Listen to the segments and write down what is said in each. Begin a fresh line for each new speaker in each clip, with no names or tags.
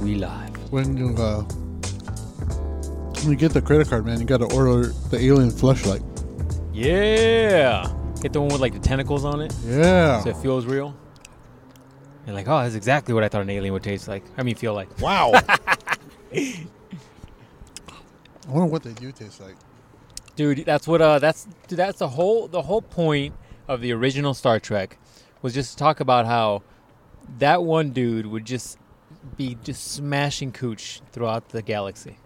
We live.
When you uh, when you get the credit card, man, you got to order the alien fleshlight.
Yeah. Get the one with like the tentacles on it,
Yeah.
so it feels real. And like, oh, that's exactly what I thought an alien would taste like. I mean, feel like.
Wow.
I wonder what they do taste like.
dude that's what uh that's dude, that's the whole the whole point of the original star trek was just to talk about how that one dude would just be just smashing cooch throughout the galaxy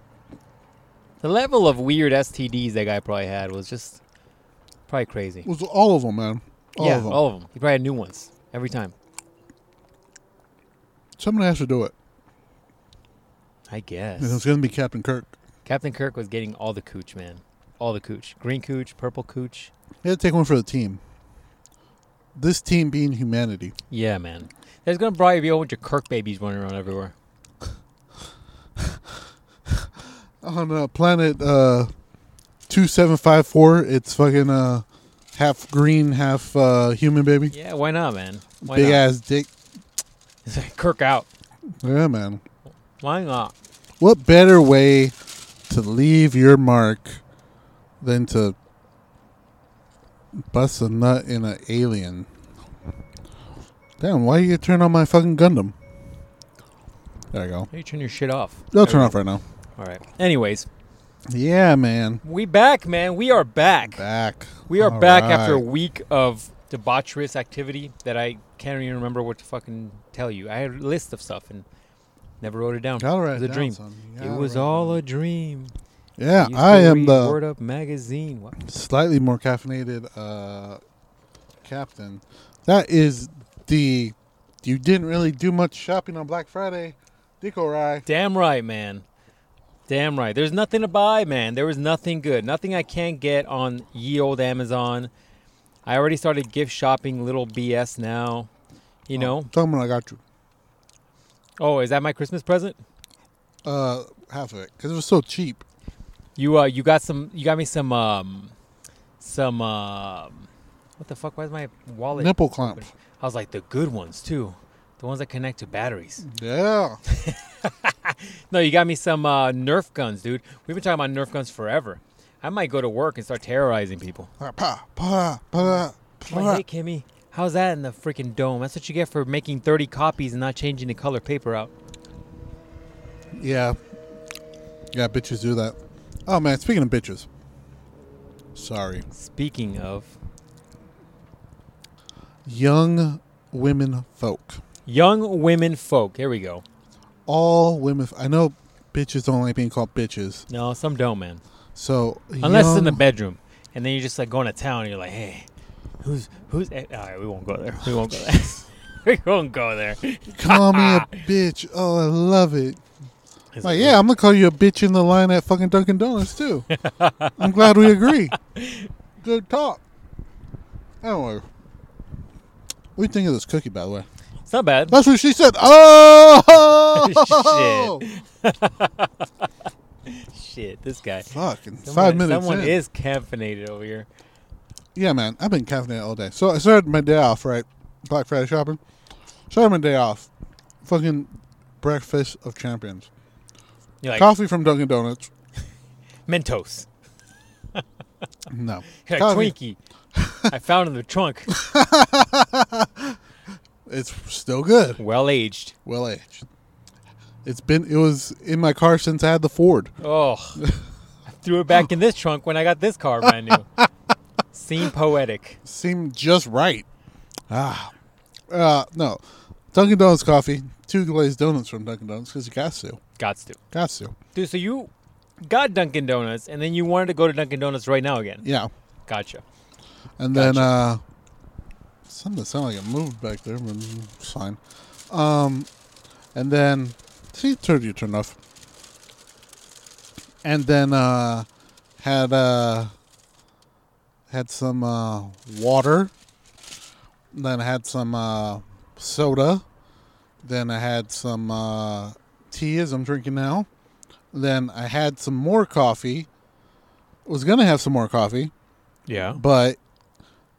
the level of weird stds that guy probably had was just probably crazy
It was all of them, man. All
yeah
of them.
all of them he probably had new ones every time
Someone has to do it.
i guess
And it's gonna be Captain Kirk.
captain kirk was getting all the cooch man all the cooch green cooch purple cooch
He had to take one for the team. This team being humanity.
yeah man there's gonna probably be a whole bunch of kirk babies running around everywhere Uh-huh.
On uh, planet uh, two seven five four, it's fucking uh, half green, half uh, human baby.
Yeah, why not, man? Why
Big
not?
ass dick.
Kirk out.
Yeah, man.
Why not?
What better way to leave your mark than to bust a nut in an alien? Damn, why you turn on my fucking Gundam? There I go.
Hey, turn your shit off.
They'll turn off right now.
All right. Anyways,
Yeah, man.
we back, man. We are back.
Back.
We are
All
back after a
right.
week of debaucherous activity that I can't even remember what to fucking tell you. I had a list of stuff and never wrote it down.
Gotta write
it was
it
a
down,
dream.
son. You
It
gotta
was
write it
all
down.
a dream.
Yeah,
Used to
I am
read
the
Word Up magazine. What?
slightly more caffeinated uh, captain. That is the. You didn't really do much shopping on Black Friday, Dico Rye.
Damn right, man. Damn right. There's nothing to buy, man. There was nothing good. Nothing I can't get on ye old Amazon. I already started gift shopping little BS now. You know?
Tell them I got you.
Oh, is that my Christmas present?
Uh, half of it because it was so cheap.
You uh you got some you got me some um some um what the fuck? Why is my wallet
Nipple clamp.
I was like the good ones too. The ones that connect to batteries.
Yeah.
No, you got me some uh, Nerf guns, dude. We've been talking about Nerf guns forever. I might go to work and start terrorizing people.
pa pa pa pa.
I'm like, hey, Kimmy, how's that in the freaking dome? That's what you get for making 30 copies and not changing the color paper out.
Yeah. Yeah, bitches do that. Oh man, speaking of bitches. Sorry.
Speaking of
Young women folk.
young women folk, here we go.
All women. I know bitches don't like being called bitches.
No, some don't, man.
So
Unless it's in the
young-
bedroom. And then you're just like going to town and you're like, hey, who's, who's, eh, all right, we won't go there. We won't go there. we won't go there.
Call me a bitch. Oh, I love it.
It's
Like, yeah, I'm gonna call you a bitch in the line at fucking Dunkin' Donuts too. I'm glad we agree. Good talk. Anyway, what do you think of this cookie, by the way?
It's not bad.
That's what she said. Oh,
Shit. Shit, this guy.
Fucking five
Someone-
minutes.
Someone
in.
is caffeinated over here.
Yeah, man. I've been caffeinated all day. So I started my day off right, Black Friday shopping. Started my day off, fucking breakfast of champions.
You're like,
Coffee from Dunkin' Donuts.
Mentos.
No.
You're like,
Coffee.
Twinkie. I found in the trunk.
It's still good.
Well aged.
Well aged. It's been it was in my car since I had the Ford.
Oh, I threw it back in this trunk when I got this car brand new. Seem poetic.
Seemed just right. Ah. Uh no. Dunkin' Donuts coffee, two glazed donuts from Dunkin' Donuts because you got to.
Gots to.
Got to.
Dude, so you got Dunkin' Donuts and then you wanted to go to Dunkin' Donuts right now again.
Yeah.
Gotcha.
And then uh something sounded like it moved back there, but it's fine. Um and then see turned you turned off. And then uh had uh had some uh water. Then I had some uh soda. Then I had some uh tea as I'm drinking now. Then I had some more coffee. Was gonna have some more coffee.
Yeah.
But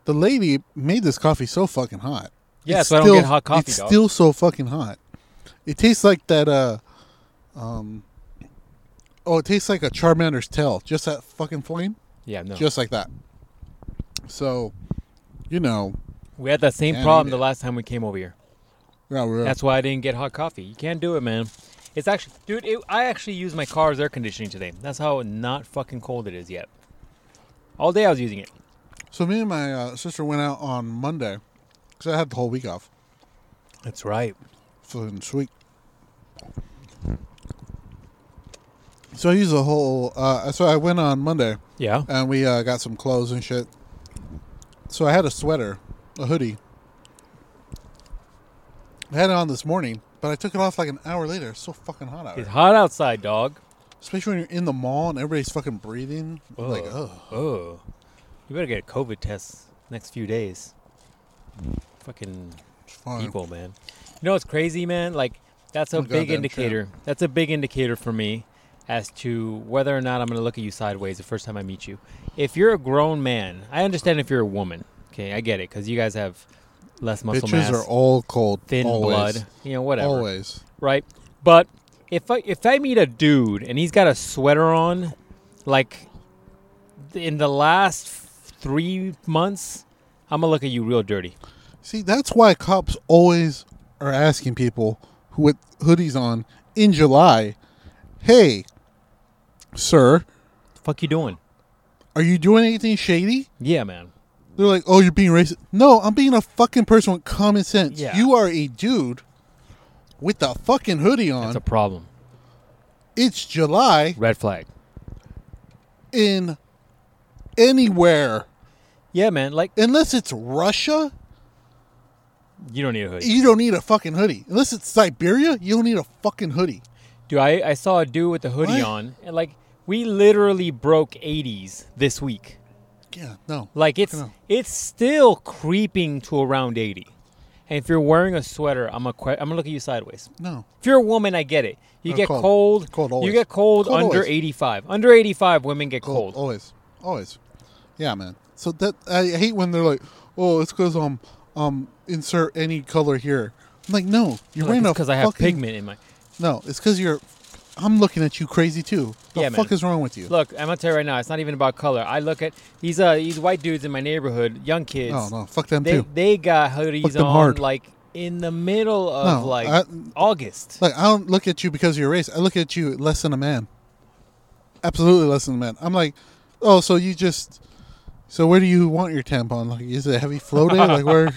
the lady made this coffee so fucking hot.
Yeah,
It's
so I don't get hot coffee,
It's
dog.
still so fucking hot. It tastes like that. Uh, Um, oh, it tastes like a Charmander's tail. Just that fucking flame.
Yeah, no.
Just like that. So, you know,
we had that same
Can't
problem
eat
the
it.
last time we came over here.
yeah, we're-
That's why I didn't get hot coffee. You can't do it, man. It's actually, dude. It, I actually used my car's air conditioning today. That's how not fucking cold it is yet. All day I was using it.
so me and my uh, sister went out on Monday because I had the whole week off.
That's right.
Fucking sweet. So I used the whole. Uh, so I went on Monday
Yeah.
and we uh, got some clothes and shit. So I had a sweater, a hoodie. I had it on this morning, but I took it off like an hour later. It's so fucking hot out.
It's
here.
hot outside, dog.
Especially when you're in the mall and everybody's fucking breathing. I'm Like,
Ugh.
oh,
Oh, you better get a COVID test next few days. Fucking
it's fine.
evil, man. You know what's crazy, man? Like that's a
Oh,
big
goddamn
indicator. That's a big indicator for me as to whether or not I'm going to look at you sideways the first time I meet you. If you're a grown man, I understand if you're a woman. Okay, I get it because you guys have less muscle
Bitches
mass,
are all cold.
thin
always.
blood, you know, whatever,
Always.
right? But if I if I meet a dude and he's got a sweater on, like in the last three months, I'm gonna look at you real dirty.
See, that's why cops always are asking people who with hoodies on in July, "Hey, sir,
fuck you doing?
are you doing anything shady?"
Yeah, man.
They're like, "Oh, you're being racist." No, I'm being a fucking person with common sense.
Yeah.
You are a dude with a fucking hoodie on.
That's a problem.
it's July
Red flag.
in anywhere,
Yeah, man. Like
unless it's Russia.
you don't need a hoodie.
You don't need a fucking hoodie. Unless it's Siberia, you don't need a fucking hoodie.
Dude, I, I saw a dude with a hoodie
What?
on, and like we literally broke 80s this week.
Yeah, no.
Like it's
Fucking hell.
it's still creeping to around 80. And if you're wearing a sweater, I'm gonna que- I'm gonna look at you sideways.
No.
If you're a woman, I get it. You
Oh,
get
cold.
cold.
Cold always.
You get cold,
Cold
under
always.
85. Under 85, women get cold.
Always, always. Yeah, man. So that I hate when they're like, "Oh, it's because um um insert any color here." I'm like, no, you're wearing a
because I have
fucking-
pigment in my.
No, it's because you're. I'm looking at you crazy too. The
Yeah, man.
fuck is wrong with you?
Look, I'm gonna tell you right now, it's not even about color. I look at these uh these white dudes in my neighborhood, young kids.
no, Oh, no, fuck them
They
too.
they got hoodies
Fuck them
on
hard.
like in the middle of
No,
like
I-
August.
Like I don't look at you because of your race. I look at you less than a man. Absolutely less than a man. I'm like, oh, so you just. So where do you want your tampon? Like, is it heavy floating? like where?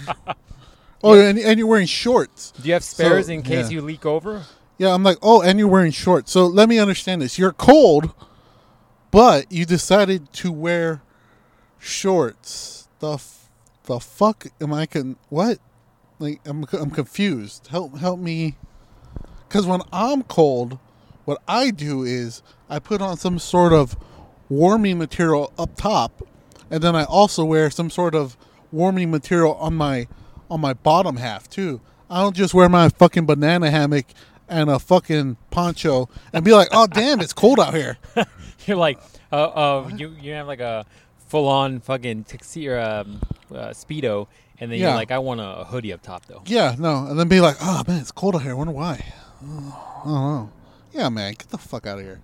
Oh, and, and you're wearing shorts.
Do you have spares
So,
in case
yeah.
you leak over?
Yeah, I'm like, oh, and you're wearing shorts. So let me understand this. You're cold, but you decided to wear shorts. The f- the fuck am I con? What? Like I'm co- I'm confused. Help help me. Because when I'm cold, what I do is I put on some sort of warming material up top, and then I also wear some sort of warming material on my on my bottom half too. I don't just wear my fucking banana hammock and a fucking poncho and be like, "Oh damn, it's cold out here."
You're like, uh, uh you you have like a full on fucking tuxedo, um, uh, speedo, and then you're
Yeah.
like, I want a hoodie up top though.
Yeah, no, and then be like, "Oh man, it's cold out here. I wonder why." Oh, I don't know. Yeah, man, get the fuck out of here.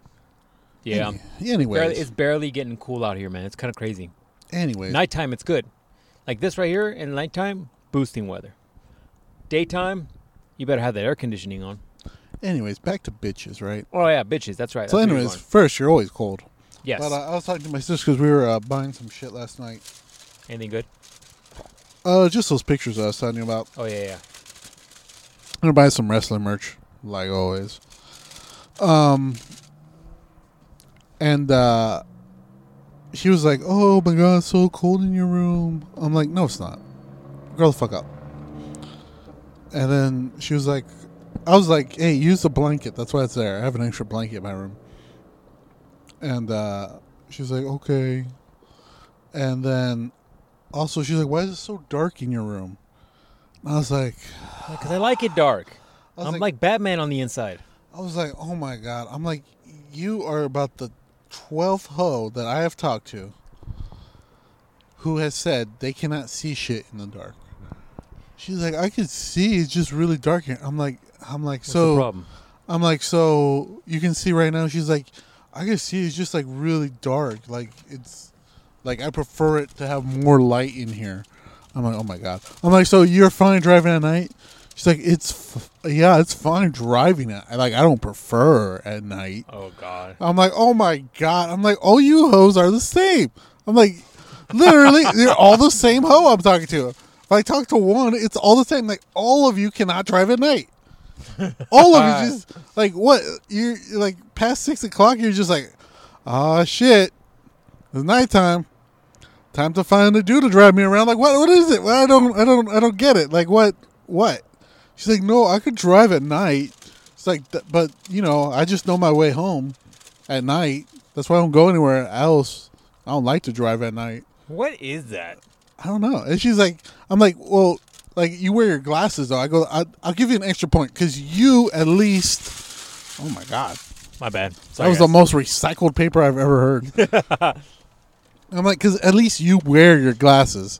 Yeah, barely,
Anyways,
it's barely getting cool out here, man. It's kind of crazy.
anyways,
Nighttime, it's good. Like this right here in nighttime, boosting weather. Daytime, you better have that air conditioning on.
anyways, back to bitches, right?
Oh yeah, bitches. That's right.
So,
that's where you're
anyways,
going.
first, you're always cold.
yes.
But uh, I was talking to my sister because we were uh, buying some shit last night.
Anything good?
Uh, just those pictures I was telling you about.
Oh yeah, yeah.
I'm gonna buy some wrestling merch, like always. Um, and uh, she was like, "Oh my god, it's so cold in your room." I'm like, "No, it's not. Grow the fuck up." And then she was like, "I was like, hey, use the blanket. That's why it's there. I have an extra blanket in my room." And uh, she was like, "Okay." And then also she's like, "Why is it so dark in your room?" And I was like,
Because I like it dark.
I was
I'm like, Batman on the inside.
I was like, oh my god. I'm like, you are about the 12th hoe that I have talked to who has said they cannot see shit in the dark. She's like, I can see. It's just really dark here. I'm like, I'm like,
What's the
so
problem?
I'm like, so you can see right now. She's like, I can see it's just like really dark. Like it's like I prefer it to have more light in here. I'm like, oh my god. I'm like, so you're fine driving at night? She's like, it's f- yeah, it's fine driving at like I don't prefer at night.
Oh God.
I'm like, oh my god. I'm like, all you hoes are the same. I'm like, literally, they're all the same hoe I'm talking to. If I talk to one, it's all the same. Like all of you cannot drive at night. All of you just like what you're like past six o'clock. You're just like, ah shit, it's nighttime. Time to find a dude to drive me around. Like what? What is it? Well, I don't. I don't. I don't get it. Like what? What? She's like, no, I could drive at night. It's like, th- but you know, I just know my way home at night. That's why I don't go anywhere else. I don't like to drive at night.
What is that?
I don't know. And she's like, I'm like, well, like you wear your glasses though. I go, I, I'll give you an extra point because you at least. Oh my god,
My bad.
that was the most recycled paper I've ever heard. I'm like, because at least you wear your glasses.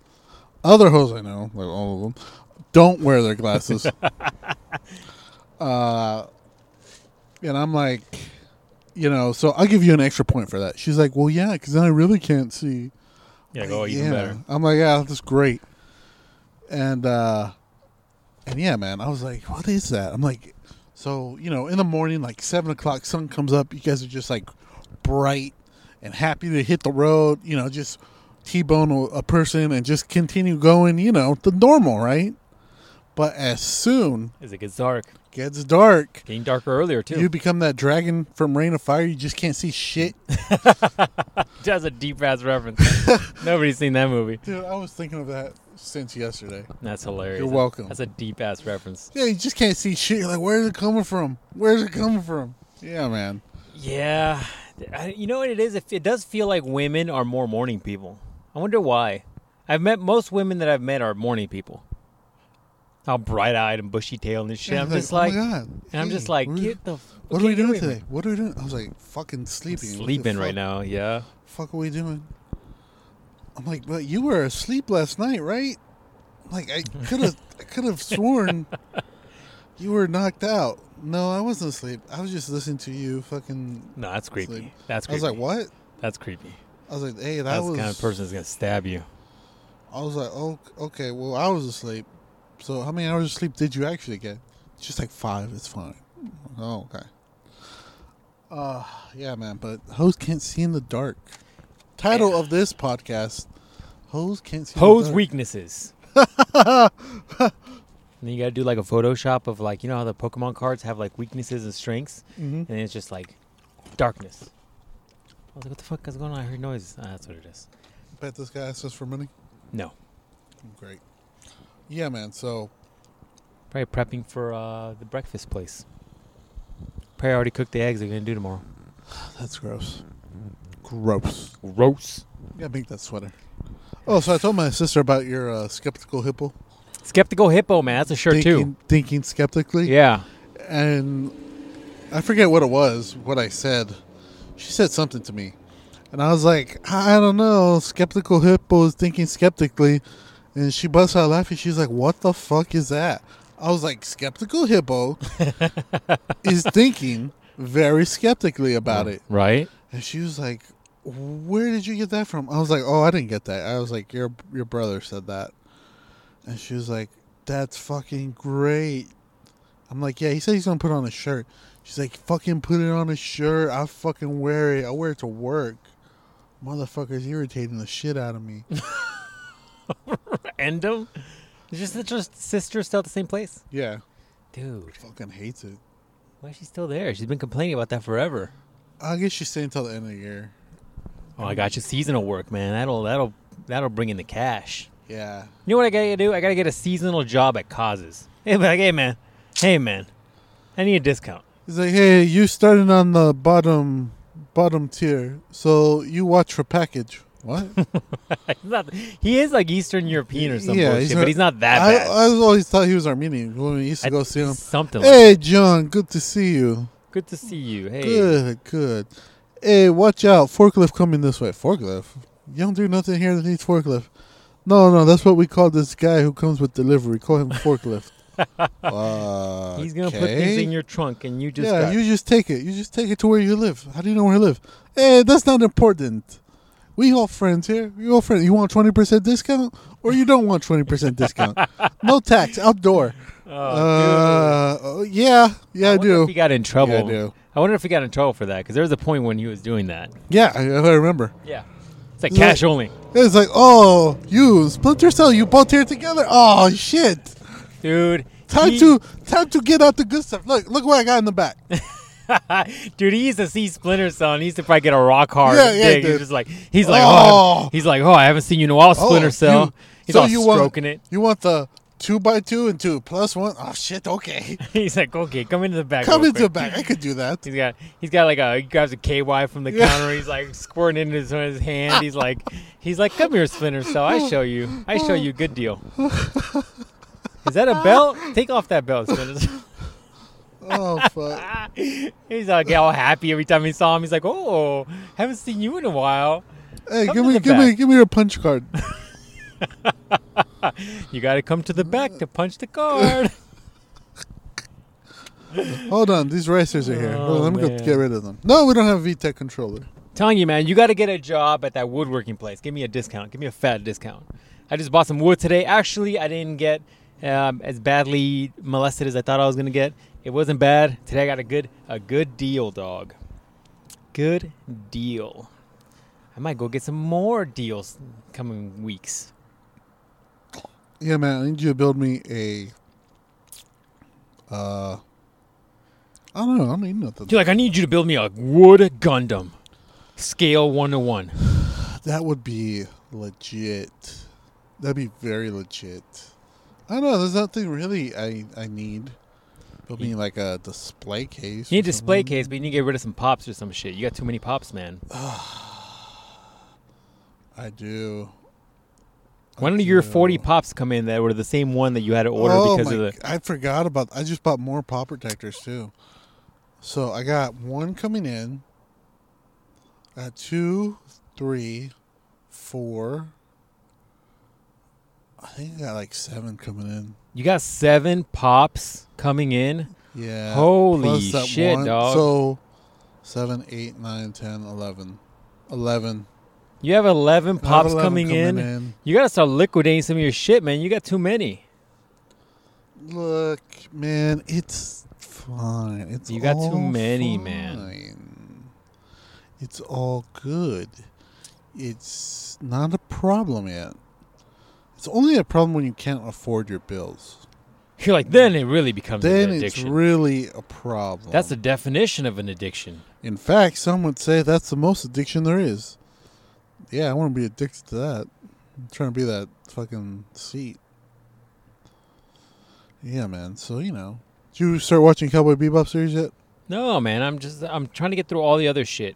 Other hoes I know, like all of them, don't wear their glasses. uh, and I'm like, you know, so I'll give you an extra point for that. She's like, well, yeah, because then I really can't see.
yeah, go Oh, even
Yeah.
better.
I'm like, yeah, that's great. And uh and yeah, man, I was like, what is that? I'm like, so you know, in the morning, like seven o'clock, sun comes up. You guys are just like bright and happy to hit the road. You know, just t-bone a- a person and just continue going. You know, the normal, right? But as soon
As it gets dark,
gets dark,
getting darker earlier too.
you become that dragon from Rain of Fire. You just can't see shit.
That's a deep ass reference. Nobody's seen that movie.
Dude, I was thinking of that since yesterday.
That's hilarious.
You're welcome.
That's a deep ass reference.
Yeah, you just can't see shit. You're like, where's it coming from? Where's it coming from? Yeah, man.
Yeah, I, you know what it is. It, it does feel like women are more morning people. I wonder why. I've met most women that I've met are morning people. How bright eyed and bushy tailed and shit.
Yeah,
I'm
like,
just
oh my
like,
God.
and I'm
Hey,
just like,
what are-
get the. f-
What are we
get away
doing
from me."
today? What are we doing? I was like, fucking sleeping. What the
Sleeping right
fuck-
now. Yeah.
Fuck, are we doing? I'm like, but you were asleep last night, right? Like, I could have, I could have sworn you were knocked out. No, I wasn't asleep. I was just listening to you fucking.
No, that's creepy.
sleep.
That's
I
creepy.
was like, what?
That's creepy.
I was like, hey, that
That's
was
the kind of person that's gonna stab you.
I was like, oh, okay, well, I was asleep. So how many hours of sleep did you actually get? She's like, five. It's fine. Oh, okay. Uh, yeah, man, but hoes can't see in the dark. Title of this podcast, hoes can't see
Pose
in the dark.
weaknesses. and then you gotta do like a Photoshop of like you know how the Pokemon cards have like weaknesses and strengths,
Mhm.
and then it's just like darkness. I was like, what the fuck is going on? I heard noises. Ah, that's what it is.
Bet this guy asked us for money.
No,
Great. Yeah, man, so,
probably prepping for uh, the breakfast place. Probably already cooked the eggs they're gonna do tomorrow.
that's gross. Gross.
Gross.
Yeah, make that sweater. Oh, so I told my sister about your uh, skeptical hippo.
Skeptical hippo man, that's a shirt
thinking, Thinking
too.
skeptically.
Yeah.
and I forget what it was, what I said. She said something to me, and I was like, I don't know, skeptical hippo is thinking skeptically, and she busts out laughing. She's like, What the fuck is that? I was like, Skeptical hippo is thinking very skeptically about it,
Right.
and she was like, Where did you get that from? I was like, Oh, I didn't get that. I was like, Your your brother said that, and she was like, That's fucking great. I'm like, yeah, he said he's gonna put on a shirt. She's like, fucking put it on a shirt. I fucking wear it. I wear it to work. Motherfucker's irritating the shit out of me.
End them. Just just sisters still at the same place,
yeah,
dude.
fucking hates it.
Why is she still there? She's been complaining about that forever.
I guess she's staying until the end of the year.
Oh, I got you seasonal work, man. That'll that'll that'll bring in the cash.
Yeah,
You know what I gotta do? I gotta get a seasonal job at Causes. Hey, like, hey man, hey man, I need a discount.
he's like, hey, you starting on the bottom, bottom tier, so you watch for package. What?
He's not- he is like Eastern European or some
Yeah,
bullshit,
he's
but
not-
he's not that
I,
bad.
I always thought he was Armenian when we used to
I-
go see him.
Something. Like
Hey, John, good to see you.
that. Good to see you. Hey,
Good, good. Hey, watch out. Forklift coming this way. Forklift? You don't do nothing here that needs forklift. No, no, that's what we call this guy who comes with delivery. Call him forklift. uh,
He's gonna put things in your trunk, and you just
yeah,
got-
you just take it. You just take it to where you live. How do you know where I live? Hey, that's not important. We all friends here. We all friends. You want twenty percent discount, or you don't want twenty percent discount? no tax, outdoor.
Oh, dude.
uh, oh, yeah, yeah, I,
wonder
do.
If he got in trouble.
Yeah, I do.
I wonder if he got in trouble for that because there was a point when he was doing that.
Yeah, I, I remember.
Yeah, it's like
Yeah.
cash only,
It's like, oh, you Splinter Cell, you both here together. Oh shit!
dude.
Time
he-
to time to get out the good stuff. Look, look what I got in the back.
dude, he used to see Splinter Cell, and he used to probably get a rock hard.
Yeah, yeah,
dig. He's
dude.
just like, he's like, oh,
Oh.
I'm- he's like, oh, I haven't seen you in a while, Splinter
Oh,
Cell.
you-
he's
so
all
you want-
stroking it.
You want the two by two and two plus one? Oh shit! Okay,
He's like, okay, come into the back.
come
real
into the
quick."
back. I could do that.
He's got he's got like a he grabs a KY from the
Yeah.
counter. He's like squirting it in his, his hand. He's like he's like come here, Splinter Cell. I show you. I show you. Good deal. Is that a belt? Take off that belt, Splinter. Cell.
Oh fuck!
he's like all happy every time he saw him. He's like, oh, haven't seen you in a while.
Hey,
Come
give
to
me,
the
give me,
back.
give me your punch card.
You got to come to the back to punch the card.
Hold on, these racers are here.
Oh,
Hold on, let me
man.
go get rid of them. No, we don't have a VTech controller.
Telling you, man, you got to get a job at that woodworking place. Give me a discount. Give me a fat discount. I just bought some wood today. Actually, I didn't get um, as badly molested as I thought I was gonna get. It wasn't bad. Today I got a good a good deal, dog. Good deal. I might go get some more deals coming weeks.
Yeah, man, I need you to build me a. Uh, I don't know. I don't need nothing.
Dude, like I need you to build me a wood Gundam, scale one to one.
That would be legit. That'd be very legit. I don't know. There's nothing really I I need. Build me like a display case.
You need
or
a display
something.
case, but you need to get rid of some pops or some shit. You got too many pops, man.
I do.
Why don't your
do.
40 pops come in that were the same one that you had to order
oh
because
my
of the.
g- I forgot about. I just bought more pop protectors too. So I got one coming in. I got two, three, four. I think I got like seven coming in.
You got seven pops coming in.
Yeah.
Holy
plus that
shit,
one-
dog.
So seven, eight, nine, ten, eleven. Eleven.
You have 11
I have
pops
11
coming, in. You got to start liquidating some of your shit, man. You got too many.
Look, man, it's fine. It's
You got too
all
many, man.
fine. It's all good. It's not a problem yet. It's only a problem when you can't afford your bills.
You're like, then it really becomes
Then
an
it's
addiction.
really a problem.
That's the definition of an addiction.
In fact, some would say that's the most addiction there is. Yeah, I want to be addicted to that. I'm trying to be that fucking seat. Yeah, man. So you know, did you start watching Cowboy Bebop series yet?
No, man. I'm just, I'm trying to get through all the other shit.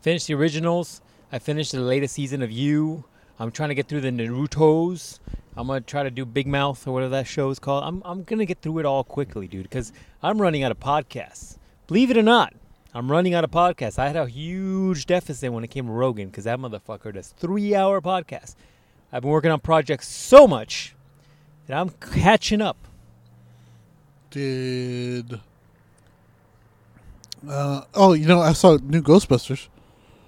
Finish the originals. I finished the latest season of You. I'm trying to get through the Naruto's. I'm gonna try to do Big Mouth or whatever that show is called. I'm I'm gonna get through it all quickly, dude, because I'm running out of podcasts. Believe it or not, I'm running out of podcasts. I had a huge deficit when it came to Rogan because that motherfucker does three-hour podcasts. I've been working on projects so much that I'm catching up.
Did. Uh, oh, you know, I saw new Ghostbusters.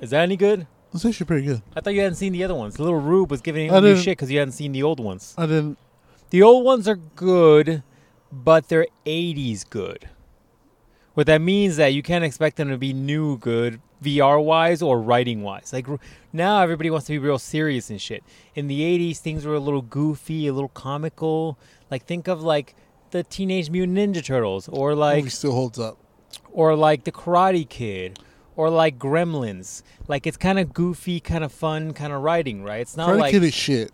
Is that any good?
It's actually pretty good.
I thought you hadn't seen the other ones. Little Rube was giving
I
you
didn't-
shit because you hadn't seen the old ones.
I didn't.
The old ones are good, but they're 80s good. What that means that you can't expect them to be new good VR wise or writing wise. Like r- now everybody wants to be real serious and shit. In the 80s things were a little goofy, a little comical. Like think of like the Teenage Mutant Ninja Turtles
Oh,
or like
movie still holds up.
or like The Karate Kid or like Gremlins. Like it's kind of goofy, kind of fun, kind of writing, right? It's not
Karate
like
Kid is shit.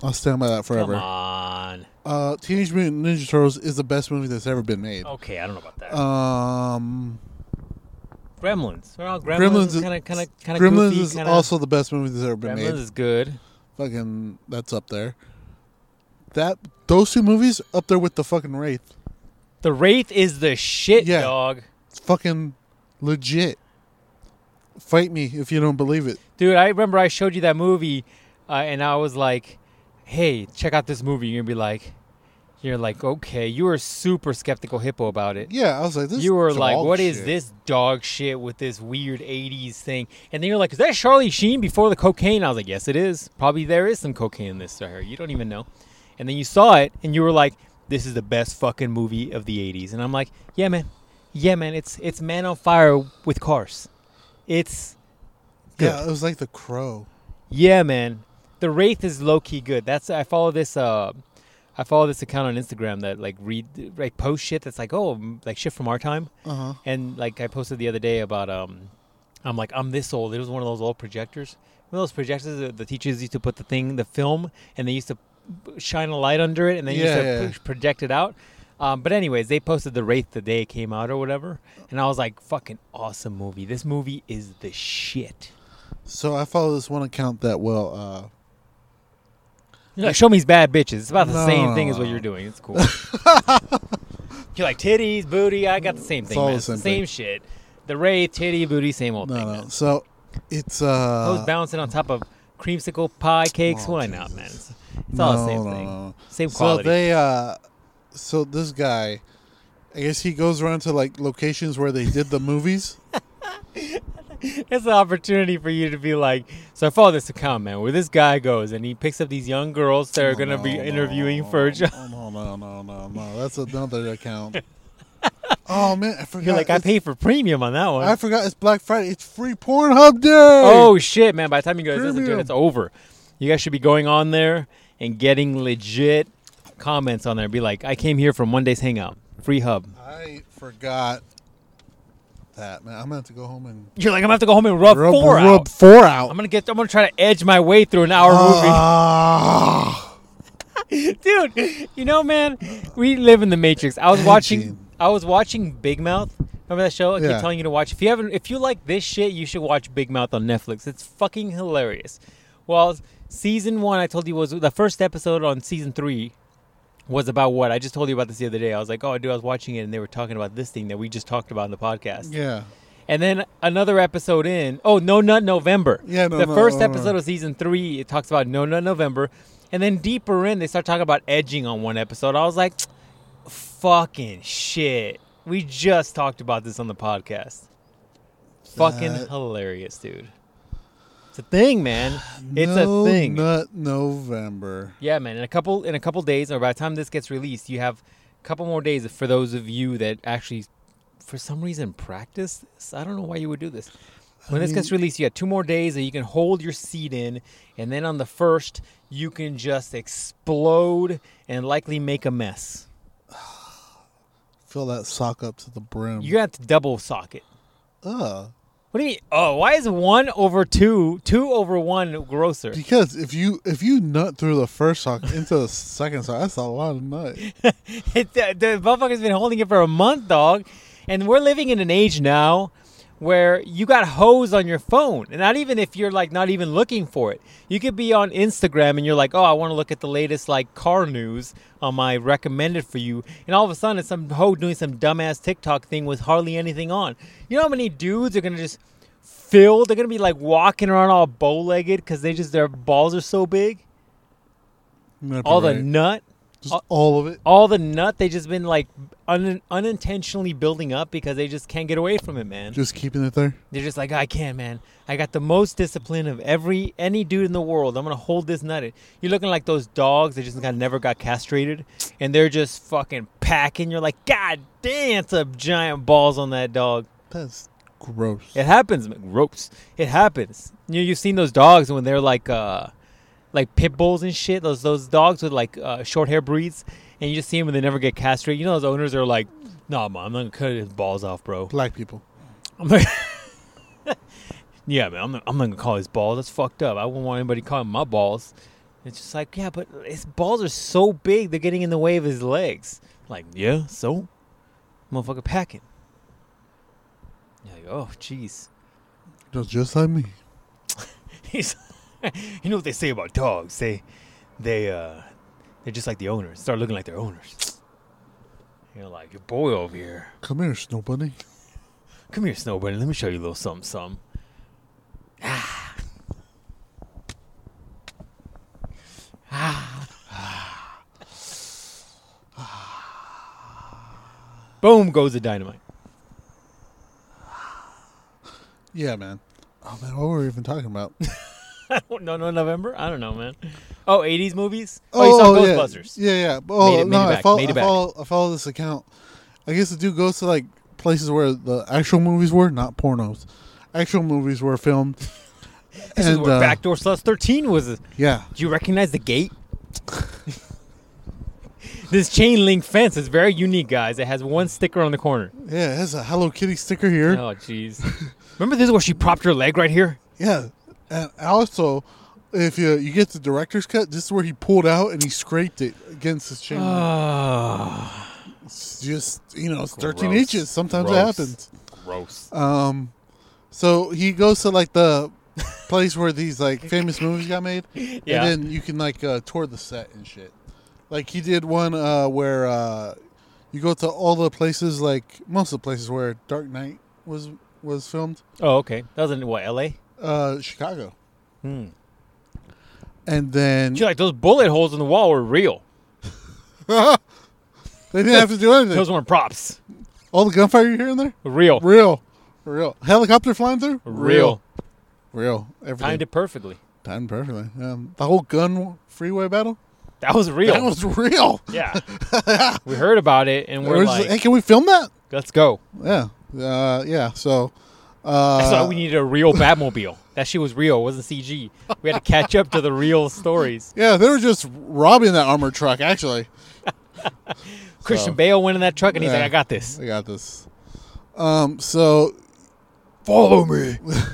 I'll stand by that
Come
forever.
on.
Uh, Teenage Mutant Ninja Turtles is the best movie that's ever been made.
Okay, I don't know about
Uh,
that.
Um,
Gremlins. They're all Gremlins.
Gremlins is-
kind of, kind of, kind of
Gremlins
goofy,
is
kinda,
also the best movie that's ever been
Gremlins
made.
is good.
Fucking, that's up there. That those two movies up there with the fucking Wraith.
The Wraith is the shit,
Yeah.
dog.
It's fucking legit. Fight me if you don't believe it.
Dude, I remember I showed you that movie, uh, and I was like, "Hey, check out this movie." You're gonna be like, You're like, okay, you were super skeptical hippo about it.
Yeah, I was like, this.
you were
is
like,
dog
what is
shit.
this dog shit with this weird 80s thing? And then you're like, is that Charlie Sheen before the cocaine? I was like, yes, it is. Probably there is some cocaine in this right here. You don't even know. And then you saw it and you were like, this is the best fucking movie of the 80s. And I'm like, yeah, man. Yeah, man. It's it's Man on Fire with cars. It's good.
Yeah, it was like the crow.
Yeah, man. The Wraith is low key good. That's I follow this uh I follow this account on Instagram that like read like post shit that's like oh m- like shit from our time
Uh huh.
and like I posted the other day about um I'm like I'm this old. It was one of those old projectors. One of those projectors that the teachers used to put the thing the film and they used to shine a light under it and they used to
Yeah, yeah.
push- project it out. Um, but anyways, they posted the Wraith the day it came out or whatever, and I was like, "Fucking awesome movie! This movie is the shit."
So I follow this one account that will. uh
You're like, show me these bad bitches. It's about the
No,
same
no,
thing as
no.
what you're doing. It's cool. you're like titties, booty. I got the same
It's
thing.
all
man.
the
It's the
same
same
thing.
shit. The Ray, titty, booty, same old thing.
No, no.
Man.
So it's
I was
uh.
balancing on top of creamsicle pie cakes.
oh,
Why not, man? It's,
Jesus.
it's all the
No,
same
no,
thing.
no.
Same
So
quality.
they uh, so this guy, I guess he goes around to like locations where they did the movies.
it's an opportunity for you to be like. So I follow this account, man, where this guy goes and he picks up these young girls that are
Oh,
gonna
no,
be
no,
interviewing for a job.
Oh, no, no, no, no, no. That's another account. oh man, I forgot.
You're like, I
it's-
paid for premium on that one.
I forgot it's Black Friday. It's free Pornhub Day. Oh,
Oh shit, man! By the time you guys listen to it,
Premium.
it's over. You guys should be going on there and getting legit comments on there. Be like, I came here from one day's hangout, free hub.
I forgot that man. I'm gonna have to go home and
You're like, I'm gonna have to go home and rub,
rub
four
rub Uh,
out.
four out.
I'm gonna get. I'm gonna try to edge my way through an hour
Ah.
movie, dude. You know, man, we live in the matrix. I was watching.
Edging.
I was watching Big Mouth. Remember that show? I keep
Yeah.
telling you to watch. If you haven't, if you like this shit, you should watch Big Mouth on Netflix. It's fucking hilarious. Well, season one, I told you was the first episode on season three was about what I just told you about this the other day. I was like, oh, dude, I was watching it and they were talking about this thing that we just talked about in the podcast.
Yeah.
And then another episode in, oh, No Nut November.
Yeah, No
The
Nut
first
November.
episode of season three, it talks about No Nut November. And then deeper in, they start talking about edging on one episode. I was like, fucking shit. We just talked about this on the podcast. Fucking
That-
hilarious, dude. It's a thing, man. It's
No
a thing.
Nut November.
Yeah, man. In a couple in a couple days, or by the time this gets released, you have a couple more days for those of you that actually, for some reason, practice this. I don't know why you would do this. When this gets released, you got two more days that you can hold your seat in, and then on the first, you can just explode and likely make a mess.
Fill that sock up to the brim.
You have to double socket.
Ugh.
What do you mean? Oh, why is one over two, two over one grosser?
Because if you if you nut through the first sock into the second sock, that's a lot of nut.
It, the, uh, the motherfucker's been holding it for a month, dog. And we're living in an age now where you got hoes on your phone. And not even if you're like not even looking for it. You could be on Instagram and you're like, oh, I want to look at the latest like car news on my recommended for you. And all of a sudden, it's some hoe doing some dumbass TikTok thing with hardly anything on. You know how many dudes are going to just fill? They're going to be like walking around all bow legged because they just, their balls are so big.
You might be
All the
right.
nut
Just all of it.
all the nut they just been like un- unintentionally building up because they just can't get away from it, man.
Just keeping it there.
They're just like, I can't, man. I got the most discipline of every any dude in the world. I'm gonna hold this nut. in." You're looking like those dogs that just got never got castrated, and they're just fucking packing. You're like, God damn, it's a giant balls on that dog.
That's gross.
It happens, man. ropes. It happens. You you've seen those dogs when they're like uh like pit bulls and shit. Those those dogs with like uh, short hair breeds, and you just see them and they never get castrated. You know those owners are like, Nah, man, I'm not gonna cut his balls off, bro.
Black people.
I'm like, yeah, man, I'm not, I'm not gonna call his balls. That's fucked up. I wouldn't want anybody calling my balls. It's just like, yeah, but his balls are so big, they're getting in the way of his legs. Like, yeah, so, motherfucker, packing. You're like, oh, jeez.
They're just like me.
He's, you know what they say about dogs? They, they, uh, they're just like the owners. Start looking like their owners. You're like your boy over here.
Come here, snow bunny.
Come here, Snow Bunny. Let me show you a little something, something. Ah. Boom goes the dynamite.
Yeah, man. Oh man, what were we even talking about?
no, no, November. I don't know, man. Oh, 80s movies. Oh, you saw
yeah.
Ghostbusters.
Yeah, yeah. But- Oh
Made it- made
no,
it
I
back,
follow,
made it
I
back.
follow, I follow this account. I guess the dude goes to like places where the actual movies were, not pornos. Actual movies were filmed.
This is
and
where
uh,
Backdoor Sluts 13 was. Do
yeah,
you recognize the gate? this chain link fence is very unique, guys. It has one sticker on the corner.
yeah. It has a Hello Kitty sticker here.
Oh, jeez. Remember this is where she propped her leg right here?
Yeah, and also, if you you get the director's cut, this is where he pulled out and he scraped it against his chin.
Ah. Oh,
It's just you know, it's thirteen
Gross.
inches. Sometimes it
Gross.
happens.
gross.
Um, so he goes to like the place where these like famous movies got made,
Yeah.
and then you can like uh, tour the set and shit. Like he did one uh, where uh, you go to all the places, like most of the places where Dark Knight was was filmed,
Oh, okay. That was in what, LA?
uh, Chicago,
Hmm.
and then
She's like, those bullet holes in the wall were real.
they didn't have to do anything.
Those weren't props.
All the gunfire you hear in there,
Real.
real, real. Helicopter flying through,
Real.
real. Everything
Timed it perfectly.
timed perfectly. Um, the whole gun freeway battle,
That was real.
that was real.
yeah. we heard about it and we're
We're just
like,
like, hey, can we film that?
let's go.
Yeah, uh, yeah. So, uh,
That's why we needed a real Batmobile. that shit was real. It wasn't CG. We had to catch up to the real stories.
yeah, they were just robbing that armored truck. Actually,
Christian Bale went in that truck and he's
Yeah.
like, I got this.
I got this. Um, so follow me.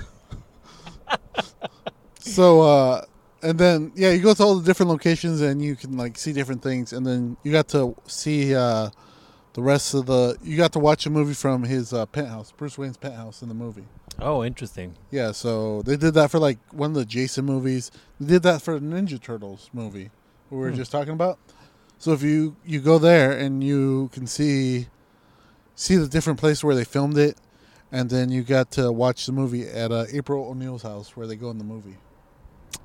so, uh, and then yeah, you go to all the different locations and you can like see different things, and then you got to see uh, the rest of the. You got to watch a movie from his uh, penthouse, Bruce Wayne's penthouse in the movie.
Oh, interesting.
Yeah, so they did that for like one of the Jason movies. They did that for the Ninja Turtles movie we
Hmm.
were just talking about. So if you you go there and you can see see the different place where they filmed it, and then you got to watch the movie at uh, April O'Neil's house where they go in the movie.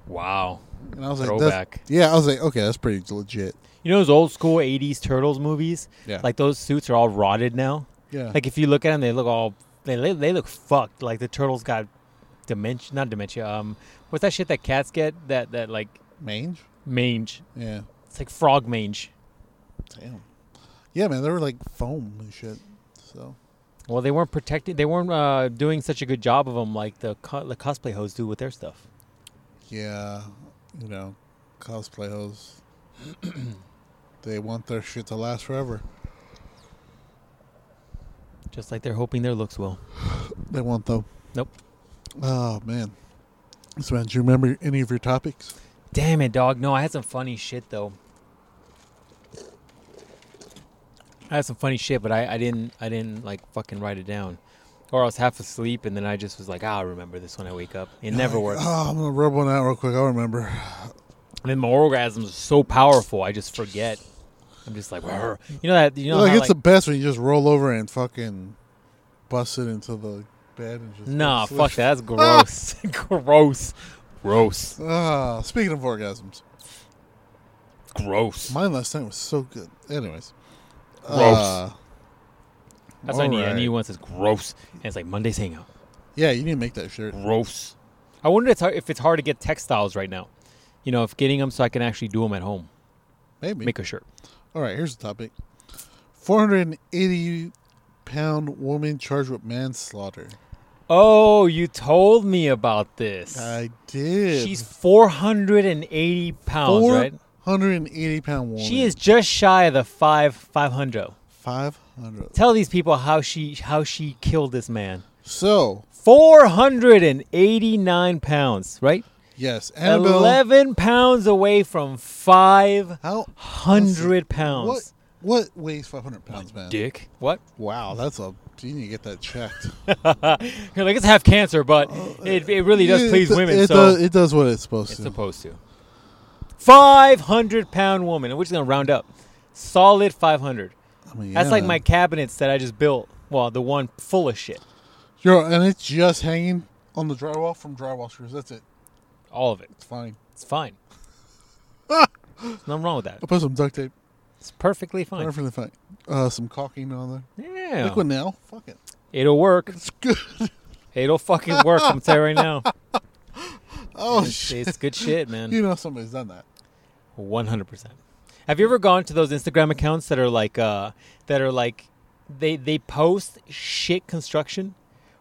Wow.
And I was like, that's-
Throwback.
yeah, I was like, okay, that's pretty legit.
You know those old school 80s Turtles movies?
Yeah.
Like those suits are all rotted now.
Yeah,
Like if you look at them, they look all they they they look fucked. Like the turtles got dementia, not dementia. Um, what's that shit that cats get? That that like
mange.
mange.
Yeah,
It's like frog mange.
damn. Yeah, man, they were like foam and shit. So
Well, they weren't protected. They weren't uh, doing such a good job of them like the co- the cosplay hoes do with their stuff.
Yeah, you know, cosplay hoes. they want their shit to last forever.
Just like they're hoping their looks will.
They want though.
Nope.
Oh man. So, man, do you remember any of your topics?
Damn it, dog. No, I had some funny shit though. I had some funny shit, but I, I didn't I didn't like fucking write it down. Or I was half asleep and then I just was like, "Ah, I'll remember this when I wake up. It never
Like,
works.
Oh, I'm gonna rub one out real quick. I'll remember.
And then my orgasms are so powerful, I just forget. I'm just like, "Rrr." you know that you know
like
how,
it's
like,
the best when you just roll over and fucking bust it into the bed and just.
nah,
go to
fuck
sleep.
that. That's gross, gross, gross,
Ah, speaking of orgasms,
gross.
mine last night was so good. Anyways.
Gross.
Uh,
That's what I need. I
alright.
need one that says gross, and it's like Monday's hangout.
Yeah, you need to make that shirt.
Gross. I wonder if it's hard, if it's hard to get textiles right now. You know, if getting them so I can actually do them at home,
Maybe.
make a shirt.
All right, here's the topic 480 pound woman charged with manslaughter.
Oh, you told me about this.
I did.
She's 480 pounds, right?
480 pound woman.
She is just shy of the five 500.
500.
Tell these people how she how she killed this man.
So,
489 pounds, right?
yes, Annabelle.
11 pounds away from 500
How?
pounds.
What, what weighs 500 pounds, man?
Dick. What?
Wow, that's a. You need to get that checked.
You're like, it's half cancer, but it, it really does
It-
please
it,
women,
It,
so
does, it does what it's supposed
it's
to.
supposed to. 500 pound woman. and We're just going to round up. Solid 500.
I mean,
That's
yeah,
like
man.
my cabinets that I just built. Well, the one full of shit.
Yo, and it's just hanging on the drywall from drywall screws. That's it.
All of it.
It's fine.
It's fine. There's nothing wrong with that.
I'll put some duct tape.
It's perfectly fine.
Perfectly fine. Uh, some caulking on there.
Yeah.
Liquid nail. Fuck it.
It'll work.
It's good.
It'll fucking work. I'm telling you right now.
Oh
It's,
shit.
it's good shit, man.
You know somebody's done that.
One hundred percent. Have you ever gone to those Instagram accounts that are like, uh, that are like, they they post shit construction,